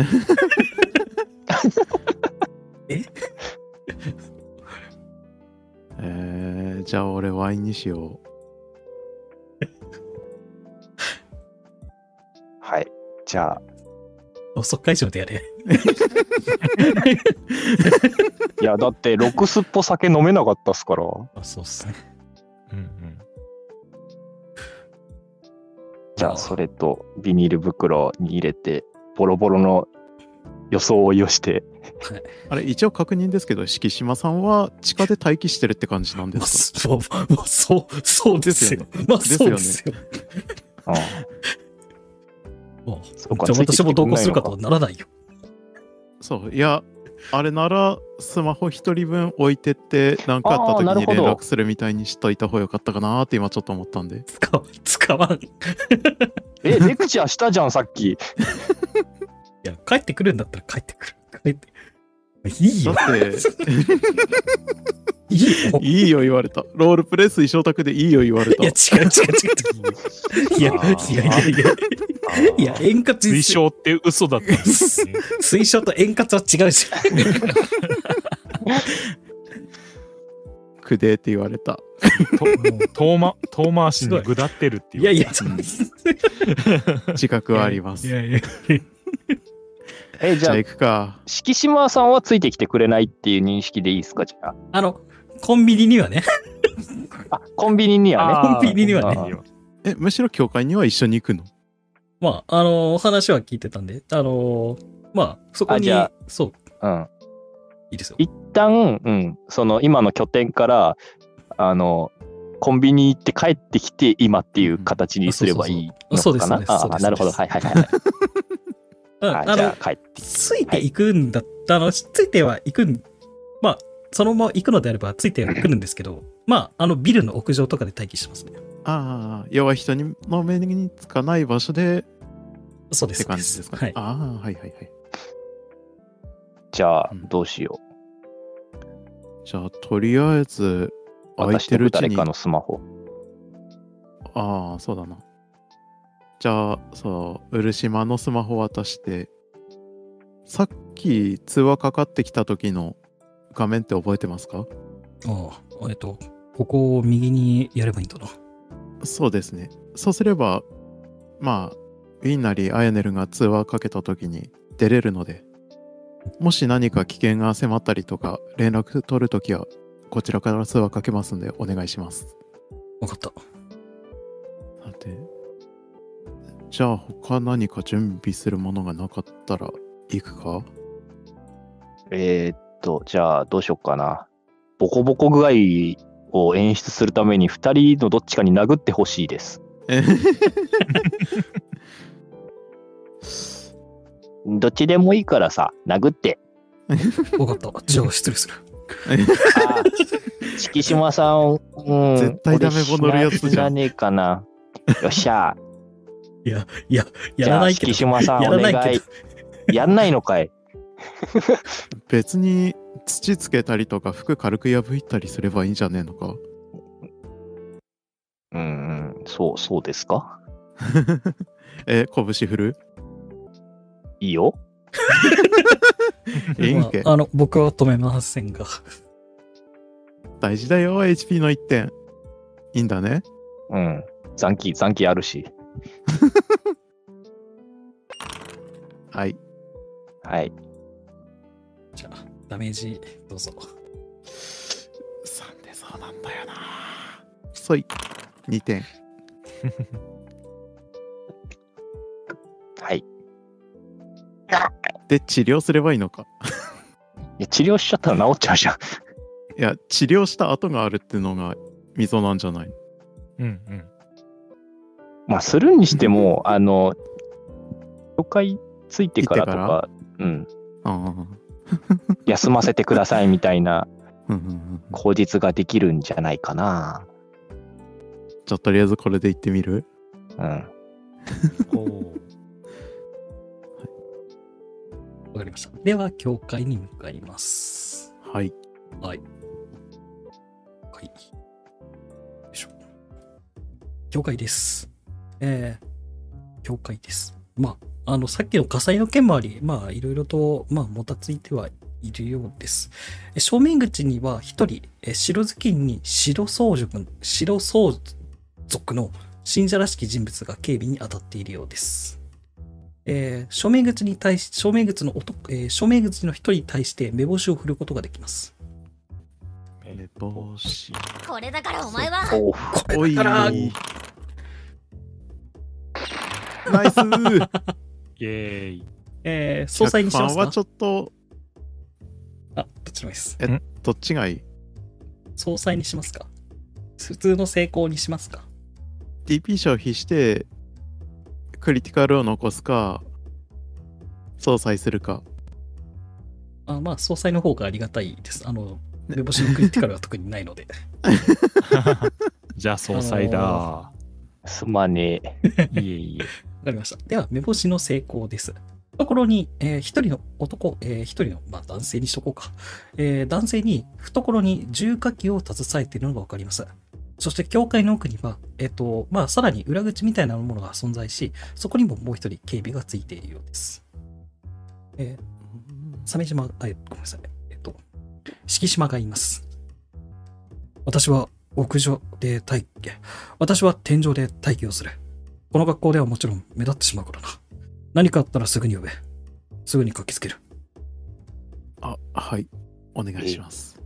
C: えー、じゃあ俺ワインにしよ
A: はい。じゃあ、
B: 即会場でやれ。
A: いや、だって、ロクスっぽ酒飲めなかったっすから。
B: あそうっすね。
D: うんうん。
A: じゃあ、それとビニール袋に入れて、ボロボロの装いをして、
C: うあれ一応確認ですけど敷島さんは地下で待機してるって感じなんで
B: まあ、
C: す
B: そう、まあ、そう、そうですよ。まあ、
C: です
B: そう
C: よね
B: ですよ。
A: うん、
B: もう
A: そうか
B: じゃあ私も同行するか
A: つ
B: と
A: い
B: は
A: て
B: ならないよ。
C: かそういやあれならスマホ一人分置いてって何かあった
A: あ
C: 時
A: ーなる
C: に
A: ほ
C: 連
A: ど
C: 絡するみたいにしといた方がよかったかなーって今ちょっと思ったんで
B: 使わ使わん。い
A: くんないのかえ、レクチャーしたじゃん、さっ き。
B: や、帰ってくるんだったら帰ってくる。帰って。いい
C: だっ
B: よ。
C: て
B: いいよ。
C: いいよ言われたロールプレス衣装宅でいいよ言われ
B: い
C: た
B: や、違う違う違う。いや、
D: あー
B: いやいやいや。いや、円滑
D: 推奨って嘘だったんですね。
B: 推奨と円滑は違うし。
C: くでーって言われた
D: と遠ま遠回しに下ってるっていう。
B: いやいや、そううん
C: 自覚はあります
D: い
C: じ
D: やいや。
A: え、じ
C: ゃ
A: ゃ
C: あ
A: あ、
C: 行くか
A: 敷島さんはついてきてくれないっていう認識でいいですか、じゃあ。
B: あの、コンビニにはね、
A: あ、コンビニにはね。
B: コンビニにはね
D: コンビニ
C: えむしろ教会には一緒に行くの
B: まあ、あの、お話は聞いてたんで、あの、まあ、そこ
A: あ
B: に
A: じゃあ、
B: そう、
A: うん。
B: いいですよ。
A: 一旦、うん、その、今の拠点から、あの、コンビニ行って帰ってきて、今っていう形にすればいいの
B: そうそう
A: か
B: そう
A: な。
B: あそう
A: あ
B: ですそうですそうで
A: あ、
B: す
A: なるほど。はいはいはい はい。
B: うん
A: はい
B: あ
A: じゃ
B: の、
A: あ、帰って。
B: ついていくんだったの、ついては行くん、まあ、そのまま行くのであれば、ついては来るんですけど、まあ、あの、ビルの屋上とかで待機してますね。
C: ああ弱い人にの目につかない場所で
B: そうで
C: っ
B: す。
C: て感じですか
B: は
C: ね
B: い。
C: ああはいはいはい
A: じゃあ
C: う、ん
A: どうしよう。
C: じゃあとりあえず空い
A: 私
C: て
A: と
C: るうち
A: 誰
C: に
A: かのスマホ。
C: ああそうだなじゃあそう漆島のスマホ渡してさっき通話かかってきた時の画面って覚えてますか
B: ああ、えっと、ここを右にやればいいんだな。
C: そうですね。そうすれば、まあ、ウィンなりアヤネルが通話かけた時に出れるので、もし何か危険が迫ったりとか、連絡取るときは、こちらから通話かけますんで、お願いします。
B: わかった。
C: さて、じゃあ他何か準備するものがなかったら行くか
A: えーっと、じゃあどうしよっかな。ボコボコ具合を演出するために2人のどっちかに殴ってほしいです。
C: え
A: どっちでもいいからさ、殴 って。
B: わか った。じゃあ失礼する。
A: あー敷島さんを、うん、
C: 絶対ダメボ乗るやつじゃん
A: 俺死なねえかな。よっしゃ。
B: いや、いや、 や
A: じゃ
B: ら
A: あ
B: ないけ
A: 敷
B: ど。
A: 島さんお
B: やら
A: 願
B: ないけ
A: い
B: ど。。
A: やんないのかい。
C: 別に土つけたりとか服軽く破いたりすればいいんじゃねえのか
A: うんうん、そう、そうですか
C: え、拳振る
A: いいよ。
C: いいんけ
B: まあ、あの、僕は止めませんが。
C: 大事だよ、HP の1点。いいんだね。
A: うん。残機、残機あるし。
C: はい。
A: はい。
B: じゃあ、ダメージ、どうぞ。
C: 3でそうなんだよな。そい。2点。
A: はい。
C: で、治療すればいいのか。
A: いや治療しちゃったら治っちゃうじゃん。
C: いや、治療した跡があるってのが溝なんじゃない
D: うんうん。
A: まあ、するにしても、あの、紹介ついてからとか、うん、
C: ああ。
A: 休ませてくださいみたいな
C: うんうんうん
A: 口実ができるんじゃないかな。
C: じゃあとりあえずこれで行ってみる
A: うん。
B: わかりました。では、教会に向かいます。
C: はい。
B: はい。はい。よいしょ。教会です。えー、教会です。まあ、あの、さっきの火災の件もあり、まあ、いろいろと、まあ、もたついてはいるようです。え正面口には一人、え白ずきんに白装束の、白装束の信者らしき人物が警備に当たっているようです。えー、正面口に対し、正面口の男、えー正面口の一人に対して目星を振ることができます。
C: 目星。
E: これだからお前は
A: おう
C: おい。
B: だから
C: ナイス
D: イエー イ。
B: えー、総裁にします
C: 100番
B: か
C: はちょっと、
B: あ、どっちもいいです。
C: どっちがいい
B: 総裁にしますか普通の成功にしますか
C: ?TP 消費して、クリティカルを残すか、相殺するか。
B: あまあ、総裁の方がありがたいです。あの、目星のクリティカルは特にないので。
D: じゃあ、総裁だ。
A: すまねえ。
D: いえいえ。
B: わかりました。では、目星の成功です。ところに、えー一人の男、えー一人の、まあ、男性にしとこうか。えー男性に、懐に重火器を携えているのがわかります。そして、教会の奥には、えっ、と、まあ、さらに裏口みたいなものが存在し、そこにももう一人警備がついているようです。えー、鮫島、あ、えごめんなさい。えっ、と、敷島がいます。私は屋上で待機、私は天井で待機をする。この学校ではもちろん目立ってしまうからな。何かあったらすぐに呼べ。すぐに駆けつける。
C: あ、はい。お願いします。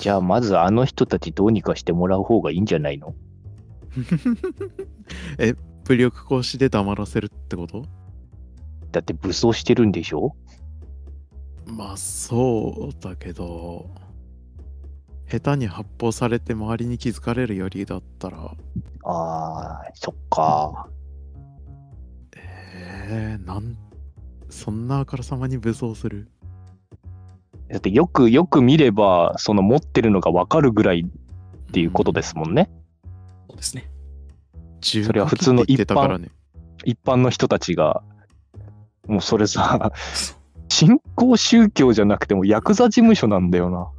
A: じゃあ、まずあの人たちどうにかしてもらう方がいいんじゃないの
C: え、武力行使で黙らせるってこと
A: だって武装してるんでしょ
C: まあそうだけど下手に発砲されて周りに気づかれるよりだったら
A: ああ、そっか。
C: えー、なんそんなあからさまに武装する
A: だってよくよく見れば、その持ってるのがわかるぐらいっていうことですもんね。
B: そうですね。
C: そ
A: それは普通の
C: 言ってた からね
A: 一般の人たちが、もうそれさ、新興宗教じゃなくてもヤクザ事務所なんだよな。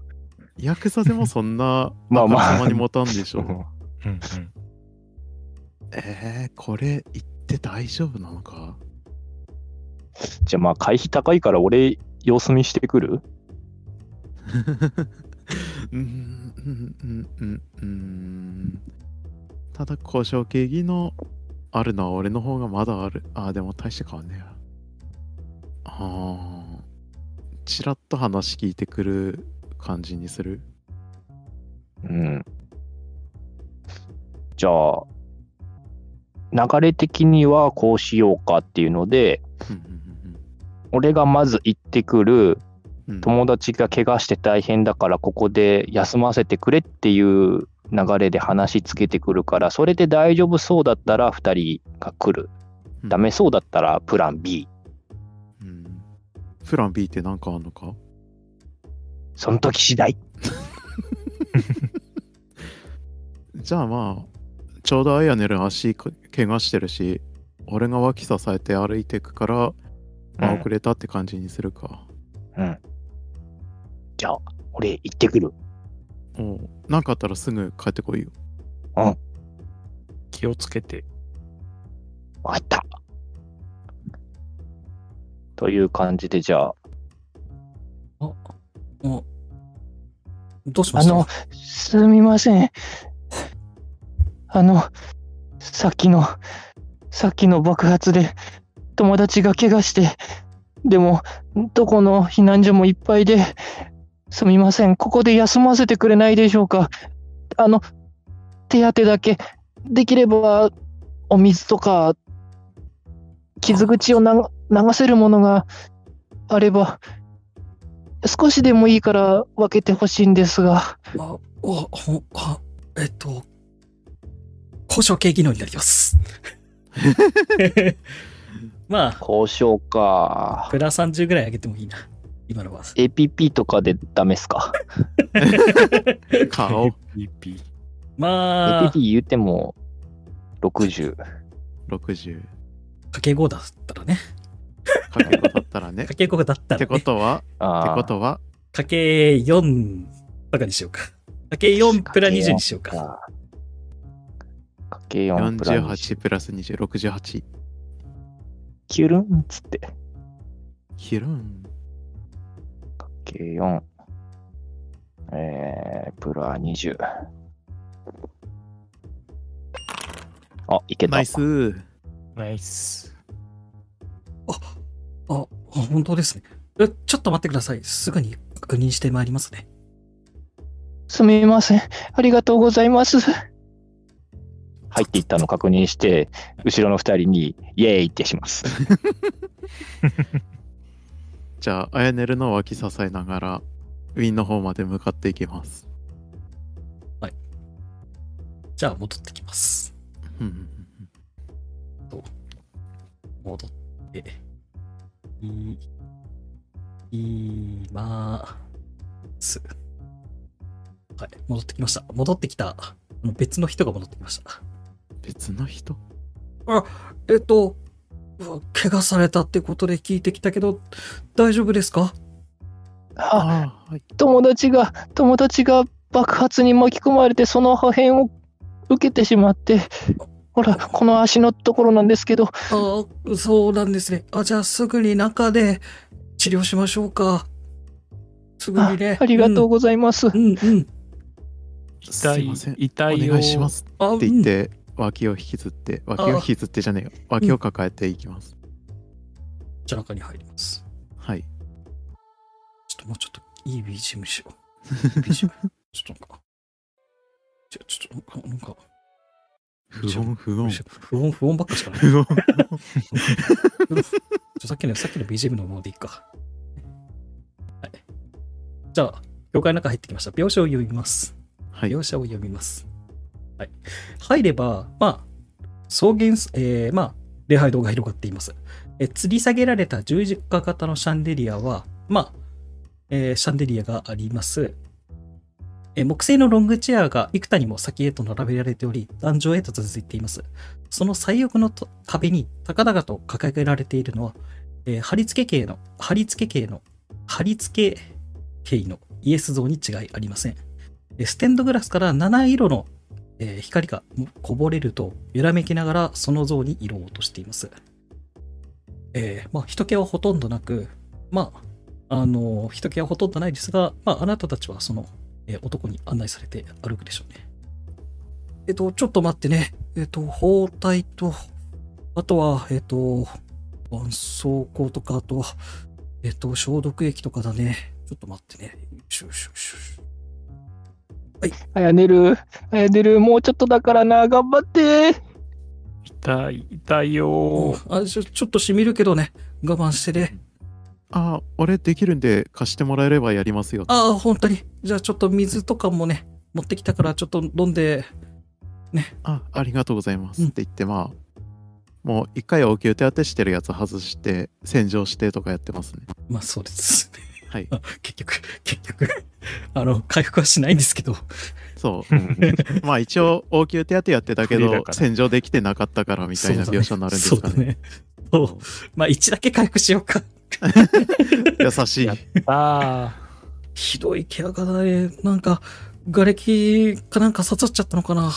C: ヤクザでもそんな
A: まあまあ
C: からさまに持たん でしょ
D: うん
C: えー、これ言って大丈夫なのか
A: じゃあまあ会費高いから俺様子見してくる
C: うんうんうんうんうんただ交渉形儀のあるのは俺の方がまだあるああでも大して変わんねえやああちらっと話聞いてくる感じにする
A: うん。じゃあ、流れ的にはこうしようかっていうので、
C: うんうん
A: 俺がまず行ってくる、
C: うんうんうん
A: 友達が怪我して大変だから、ここで休ませてくれっていう流れで話しつけてくるから、それで大丈夫そうだったら2人が来る。
C: うん
A: ダメそうだったらプラン B。
C: うんプラン B って何かあんのか
A: その時次第。
C: じゃあまあちょうどアイアネル足か怪我してるし俺が脇支えて歩いてくから、ま
A: う
C: あ
A: ん
C: 遅れたって感じにするか、
A: じゃあ、俺行ってくる。
C: おうなんかあったらすぐ帰ってこいよ
D: 気をつけて。
A: わかった。という感じで、じゃあ、
B: もう、どうしま
A: あ
B: した
A: の、すみません。あの、さっきの、さっきの爆発で、友達が怪我して、でも、どこの避難所もいっぱいで、すみません、ここで休ませてくれないでしょうか。あの、手当てだけ、できれば、お水とか、傷口をな流せるものがあれば、少しでもいいから分けてほしいんですが。
B: あ、お、ほ、あ、えっと、交渉系技能になります。 まあ、
A: 交渉か。
B: プラ30ぐらい上げてもいいな。今のは。
A: APP とかでダメっすか
C: 顔
D: PP。
B: まあ、
A: ?APP 言うても60。
C: 60
B: かけ5だったらね。
C: かけ子だったら ね
B: かけ5だった
C: っ
B: ら、
C: て
B: ね
C: こ、とはって
A: あ
C: ことは
B: かけ4とかにしようか。かけ4プラ20にしよう
A: あ。
B: か。
A: かけ4プラ
C: 48プラス2068
A: キュルンっつって。か
C: ヒルン
A: け4。えー、プラ20。あ、いけた。
C: ナイス
D: ナイス。
B: あ、あ本当ですね。えちょっと待ってください。すぐに確認してまいりますね。
A: すみません。ありがとうございます。入っていったの確認して、後ろの二人に、イエーイってします。
C: じゃあアヤネルの脇支えながらウィンの方まで向かっていきます
B: じゃあ戻ってきます。
C: うんうんうん
B: 戻って、い、います。はい、戻ってきました。戻ってきた。あの別の人が戻ってきました。
C: 別の人
B: えっと、うわ怪我されたってことで聞いてきたけど、大丈夫ですか
A: あ
C: あーはい
A: 友達が友達が爆発に巻き込まれてその破片を受けてしまってほらこの足のところなんですけど
B: ああ、そうなんですね。あ、じゃあすぐに中で治療しましょうか。すぐ
A: あ
B: にね。
A: ありがとう
B: ご
A: ございます、
B: ざいます。うん、うん。
C: すいません
D: 痛
C: お
D: い。
C: 願いしますす
B: あ、
C: って言って、脇を引きずって脇を引きずってじゃねえよ脇を抱えていきます、
B: うんじゃあ中に入ります。
C: はい
B: ちょっともうちょっといい BGM しよう。BGM。ちょっとなんか。ちょちょっとなんか、なんか、
C: 不穏不穏
B: 不穏不穏ばっかしかない。
C: 不穏
B: ちょさっきの、さっきの BGM のままでいいか。はい。じゃあ、教会の中入ってきました。描写を読みます。
C: はい
B: 描写を読みます。はい。入れば、まあ、草原す、えー、まあ、礼拝堂が広がっています。えー吊り下げられた十字架型のシャンデリアは、まあ、えーシャンデリアがあります。えー木製のロングチェアが幾多にも先へと並べられており、壇上へと続いています。その最奥のと壁に高々と掲げられているのは、えー貼り付け系の、貼り付け系の、貼り付け系のイエス像に違いありません。えーステンドグラスから七色の、えー光がこぼれると、揺らめきながらその像に色を落としています。えーまあ、人気はほとんどなく、まあ、あの、人気はほとんどないですが、まあ、あなたたちはその、えー男に案内されて歩くでしょうね。えっと、ちょっと待ってね。えっと、包帯と、あとは、えっと、絆創膏とか、あとは、えっと、消毒液とかだね。ちょっと待ってね。よしよしよしよし
A: あやねる、あやねる、もうちょっとだからな、頑張って。
D: 痛い、痛いよー。
B: あちょ、ちょっとしみるけどね。我慢してね。
C: ああ、俺できるんで貸してもらえればやりますよ。
B: ああ、本当に。じゃあちょっと水とかもね、持ってきたからちょっと飲んで、
C: あありがとうございます。
B: うん
C: って言って、まあ、もう一回は応急手当てしてるやつ外して、洗浄してとかやってますね。
B: まあそうです。
C: はい。
B: あ 結局、結局、 あの、回復はしないんですけど。
C: そう。まあ一応、応急手当てやってたけ
D: 不利だ
C: ど
D: か、ら
C: 洗浄できてなかったからみたいな描写になるんですか
B: そうだ
C: ね。
B: ね。そうだねそうまあ1だけ回復しようか。
C: 優しい。
D: あ
B: ひどい毛がだね。なんか、瓦礫かなんか刺さっちゃったのかな。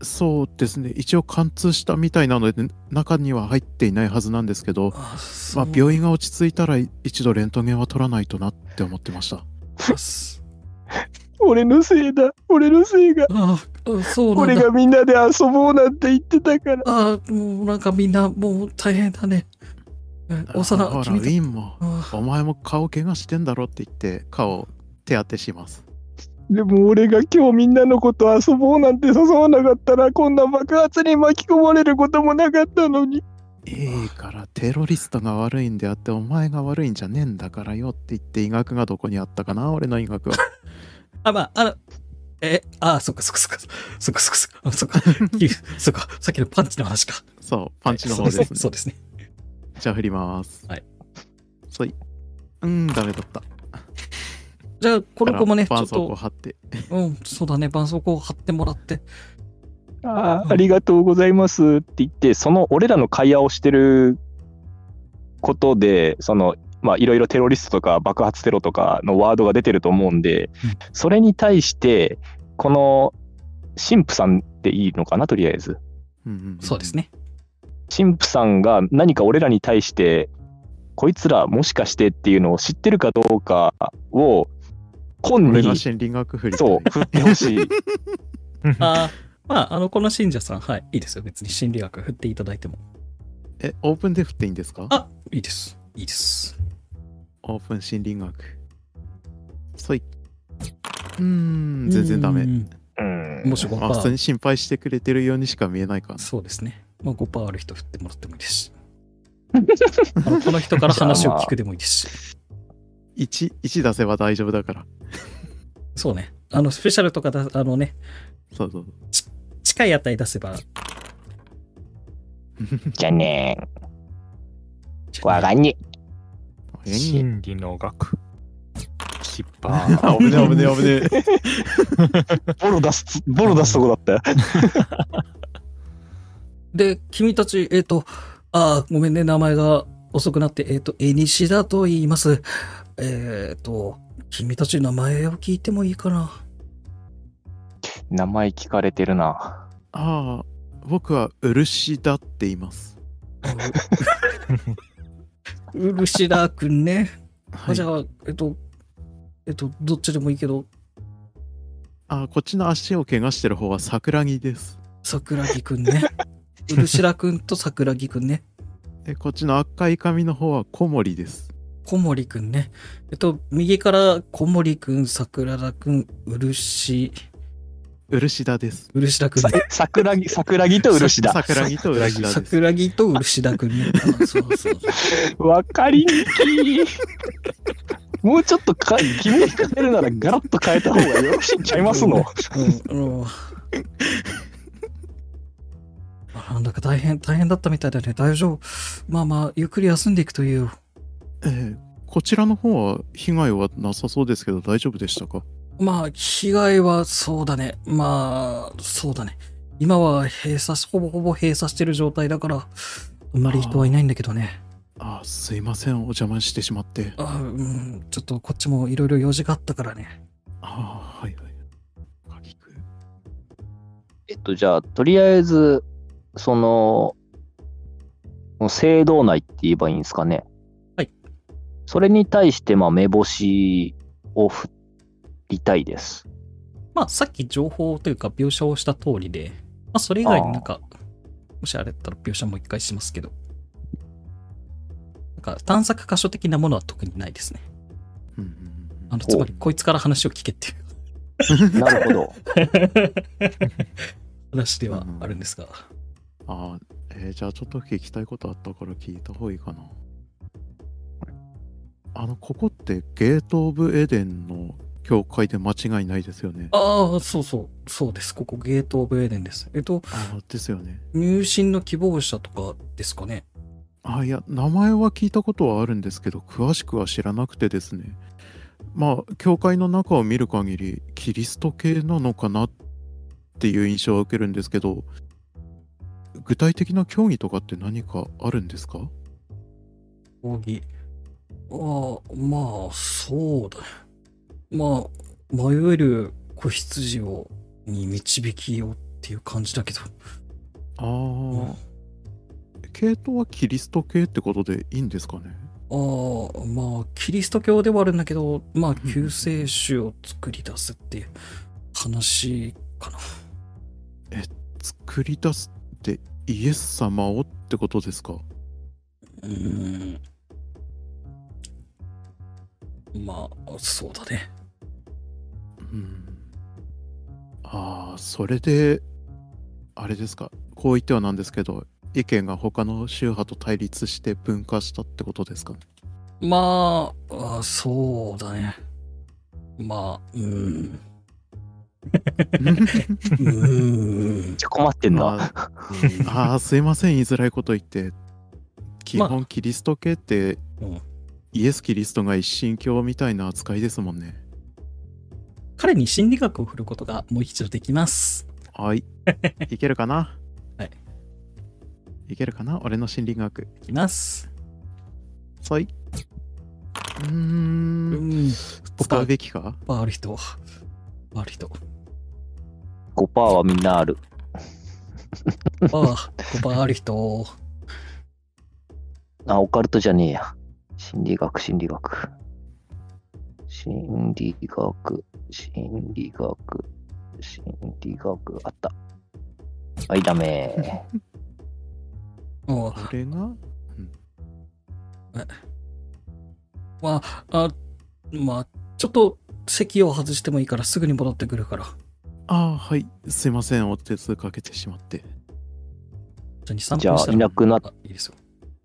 C: そうですね。一応貫通したみたいなので、中には入っていないはずなんですけど、
B: あそ
C: ま
B: う
C: あ病院が落ち着いたら一度レントゲンは取らないとなって思ってました。
A: 俺のせいだ、俺のせいが。
B: ああ、そうな
A: 俺
B: んだ。
A: がみんなで遊ぼうなんて言ってたから。
B: ああ、もうなんかみんなもう大変だね。え
C: あほ
B: 幼、
C: ら、ウ
B: 君た
C: ィンも。
B: あ
C: お前も顔怪我してんだろって言って顔手当てします
A: でも俺が今日みんなのこと遊ぼうなんて誘わなかったらこんな爆発に巻き込まれることもなかったのに
C: いいからテロリストが悪いんであってお前が悪いんじゃねえんだからよって言って医学がどこにあったかな俺の医 学は
B: あ、まあ、あの、え、ああ、そっかそっかそっか。そっかそっかそっか。あそっか。そっか。さっきのパンチの話か。
C: そうパンチの方ですね、
B: はいそうですね。
C: じゃあ振ります
B: はい
C: そいうーんダメだった
B: じゃあ、この子もね、ちょ
C: 絆
B: っ
C: 創膏
B: と、
C: 貼って
B: うん、そうだね、絆創膏を貼ってもらって。
A: あ
B: うん
A: あありがとうございますって言ってその俺らの会話をしてることでそのまあいろいろテロリストとか爆発テロとかのワードが出てると思うんで、
B: うん
A: それに対してこの神父さんっていいのかなとりあえず
C: うんうんん
B: そうですね。
A: 神父さんが何か俺らに対してこいつらもしかしてっていうのを知ってるかどうかを根
C: 俺
A: に
C: が心理学振りだ ね
A: そう振ってほしい
D: あ。
B: ああ、まあ、あの、この信者さん、はい、いいですよ。別に心理学振っていただいても。
C: えオープンで振っていいんですか
B: あ、いいです。いいです。
C: オープン心理学そいうーん全然ダメ
B: うん
A: うん
B: もし5%
C: まあ、普通に心配してくれてるようにしか見えないから
B: そうですね。まあ、5%ある人振ってもらってもいいですし。あのこの人から話を聞くでもいいですし。
C: 1, 1出せば大丈夫だから
B: そうね。あの、スペシャルとかだ、あのね、
C: そうそう
B: 近い値出せば。
A: じゃあねわ
B: 怖
A: がに
C: 演技
D: 心理の学。キッパ
C: あ
D: ー。
C: 危ねえ危ねえ危ねえ
A: ボロ出すボロ出すとこだったよ
B: で、君たち、えっ、と、あーごめんね、名前が遅くなって、えっ、と、えにしだと言います。えっ、と、君たち名前を聞いてもいいかな。
A: 名前聞かれてるな
C: ああ僕は漆だって言います、
B: うるしだくんね。
C: は
B: あ
C: い
B: じゃあ、えっ、と、えっ、と、どっちでもいいけど、
C: あこっちの足を怪我してる方は桜木です
B: 桜木くん ね。うるしらくんと桜木くんね。
C: でこっちの赤い髪の方は小森です
B: 小森くんね。えっと、右から小森くん、桜田くん、うるし、
C: 漆田です
B: うるしらくん
A: さ
B: ね。
A: 桜木桜木と漆だ
C: 桜木と漆田です
B: 桜木とうるしだくんね。 あそうそう。
A: わかりにきいもうちょっとか君が聞かれるならガラッと変えた方がよろしいんちゃいますの
B: うん、あ の。あなんだか大変、大変だったみたいだね。大丈夫。まあまあ、ゆっくり休んでいくというよ。
C: ええこちらの方は被害はなさそうですけど大丈夫でしたか
B: まあ、被害はそうだね。まあ、そうだね。今は閉鎖し、ほぼほぼ閉鎖してる状態だから、あんまり人はいないんだけどね。
C: ああすいませんお邪魔してしまって
B: あうん、ちょっとこっちもいろいろ用事があったからね。
C: ああはいはい鍵くん
A: えっと、じゃあ、とりあえず、その、もう聖堂内って言えばいいんですかね。
B: はい。
A: それに対して、まあ、目星を振りたいです。
B: まあ、さっき情報というか描写をした通りで、まあ、それ以外になんか、もしあれだったら描写もう一回しますけど、なんか探索箇所的なものは特にないですね。
C: うんうんうん
B: あのつまり、こいつから話を聞けっていう
A: なるほど。
B: 話ではあるんですが、
C: あーえーじゃあちょっと聞きたいことあったから聞いた方がいいかな。あの、ここってゲート・オブ・エデンの教会で間違いないですよね。
B: ああ、そうそう、そうです。ここゲートオブエデンです。えっと、
C: あーですよね。
B: 入信の希望者とかですかね。
C: あいや名前は聞いたことはあるんですけど詳しくは知らなくてですねまあ教会の中を見る限りキリスト系なのかなっていう印象は受けるんですけど具体的な教義とかって何かあるんですか
B: 講義。ああ、まあ、そうだね。まあ、迷える子羊を、に導きをっていう感じだけど。
C: ああ系統はキリスト系ってことでいいんですかね
B: ああ、まあ、キリスト教ではあるんだけど、まあ、救世主を作り出すっていう話かな。
C: 作り出すってイエス様をってことですか
B: うーん。まあ、そうだね。
C: うんああそれであれですかこう言ってはなんですけど意見が他の宗派と対立して分化したってことで すかね
B: まあ、あそうだね。まあ、うーん。うー ん。
A: ちょ困ってんな。
C: まああーすいません言いづらいこと言って基
B: ま
C: 本キリスト系って、
B: うん
C: イエス・キリストが一神教みたいな扱いですもんね
B: 彼に心理学を振ることがもう一度できます。
C: はい いけるかな
B: はい
C: いけるかな俺の心理学
B: できます。
C: そういうーん
B: うん。
C: 使うべきか
B: ある人。ある人。
A: 5%はみんなある。
B: ああ、ある人。
A: あ、オカルトじゃねえや。心理学、心理学。心理学、心理学、心理学、あった。はい、ダメ。
B: あ
C: これが
B: まあ、あ、まあ、ちょっと席を外してもいいからすぐに戻ってくるから。
C: ああはいすいませんお手数かけてしまって
B: じゃあ、2、3分
A: じゃあ
B: したら
A: いなくなっ
B: あいいですよ。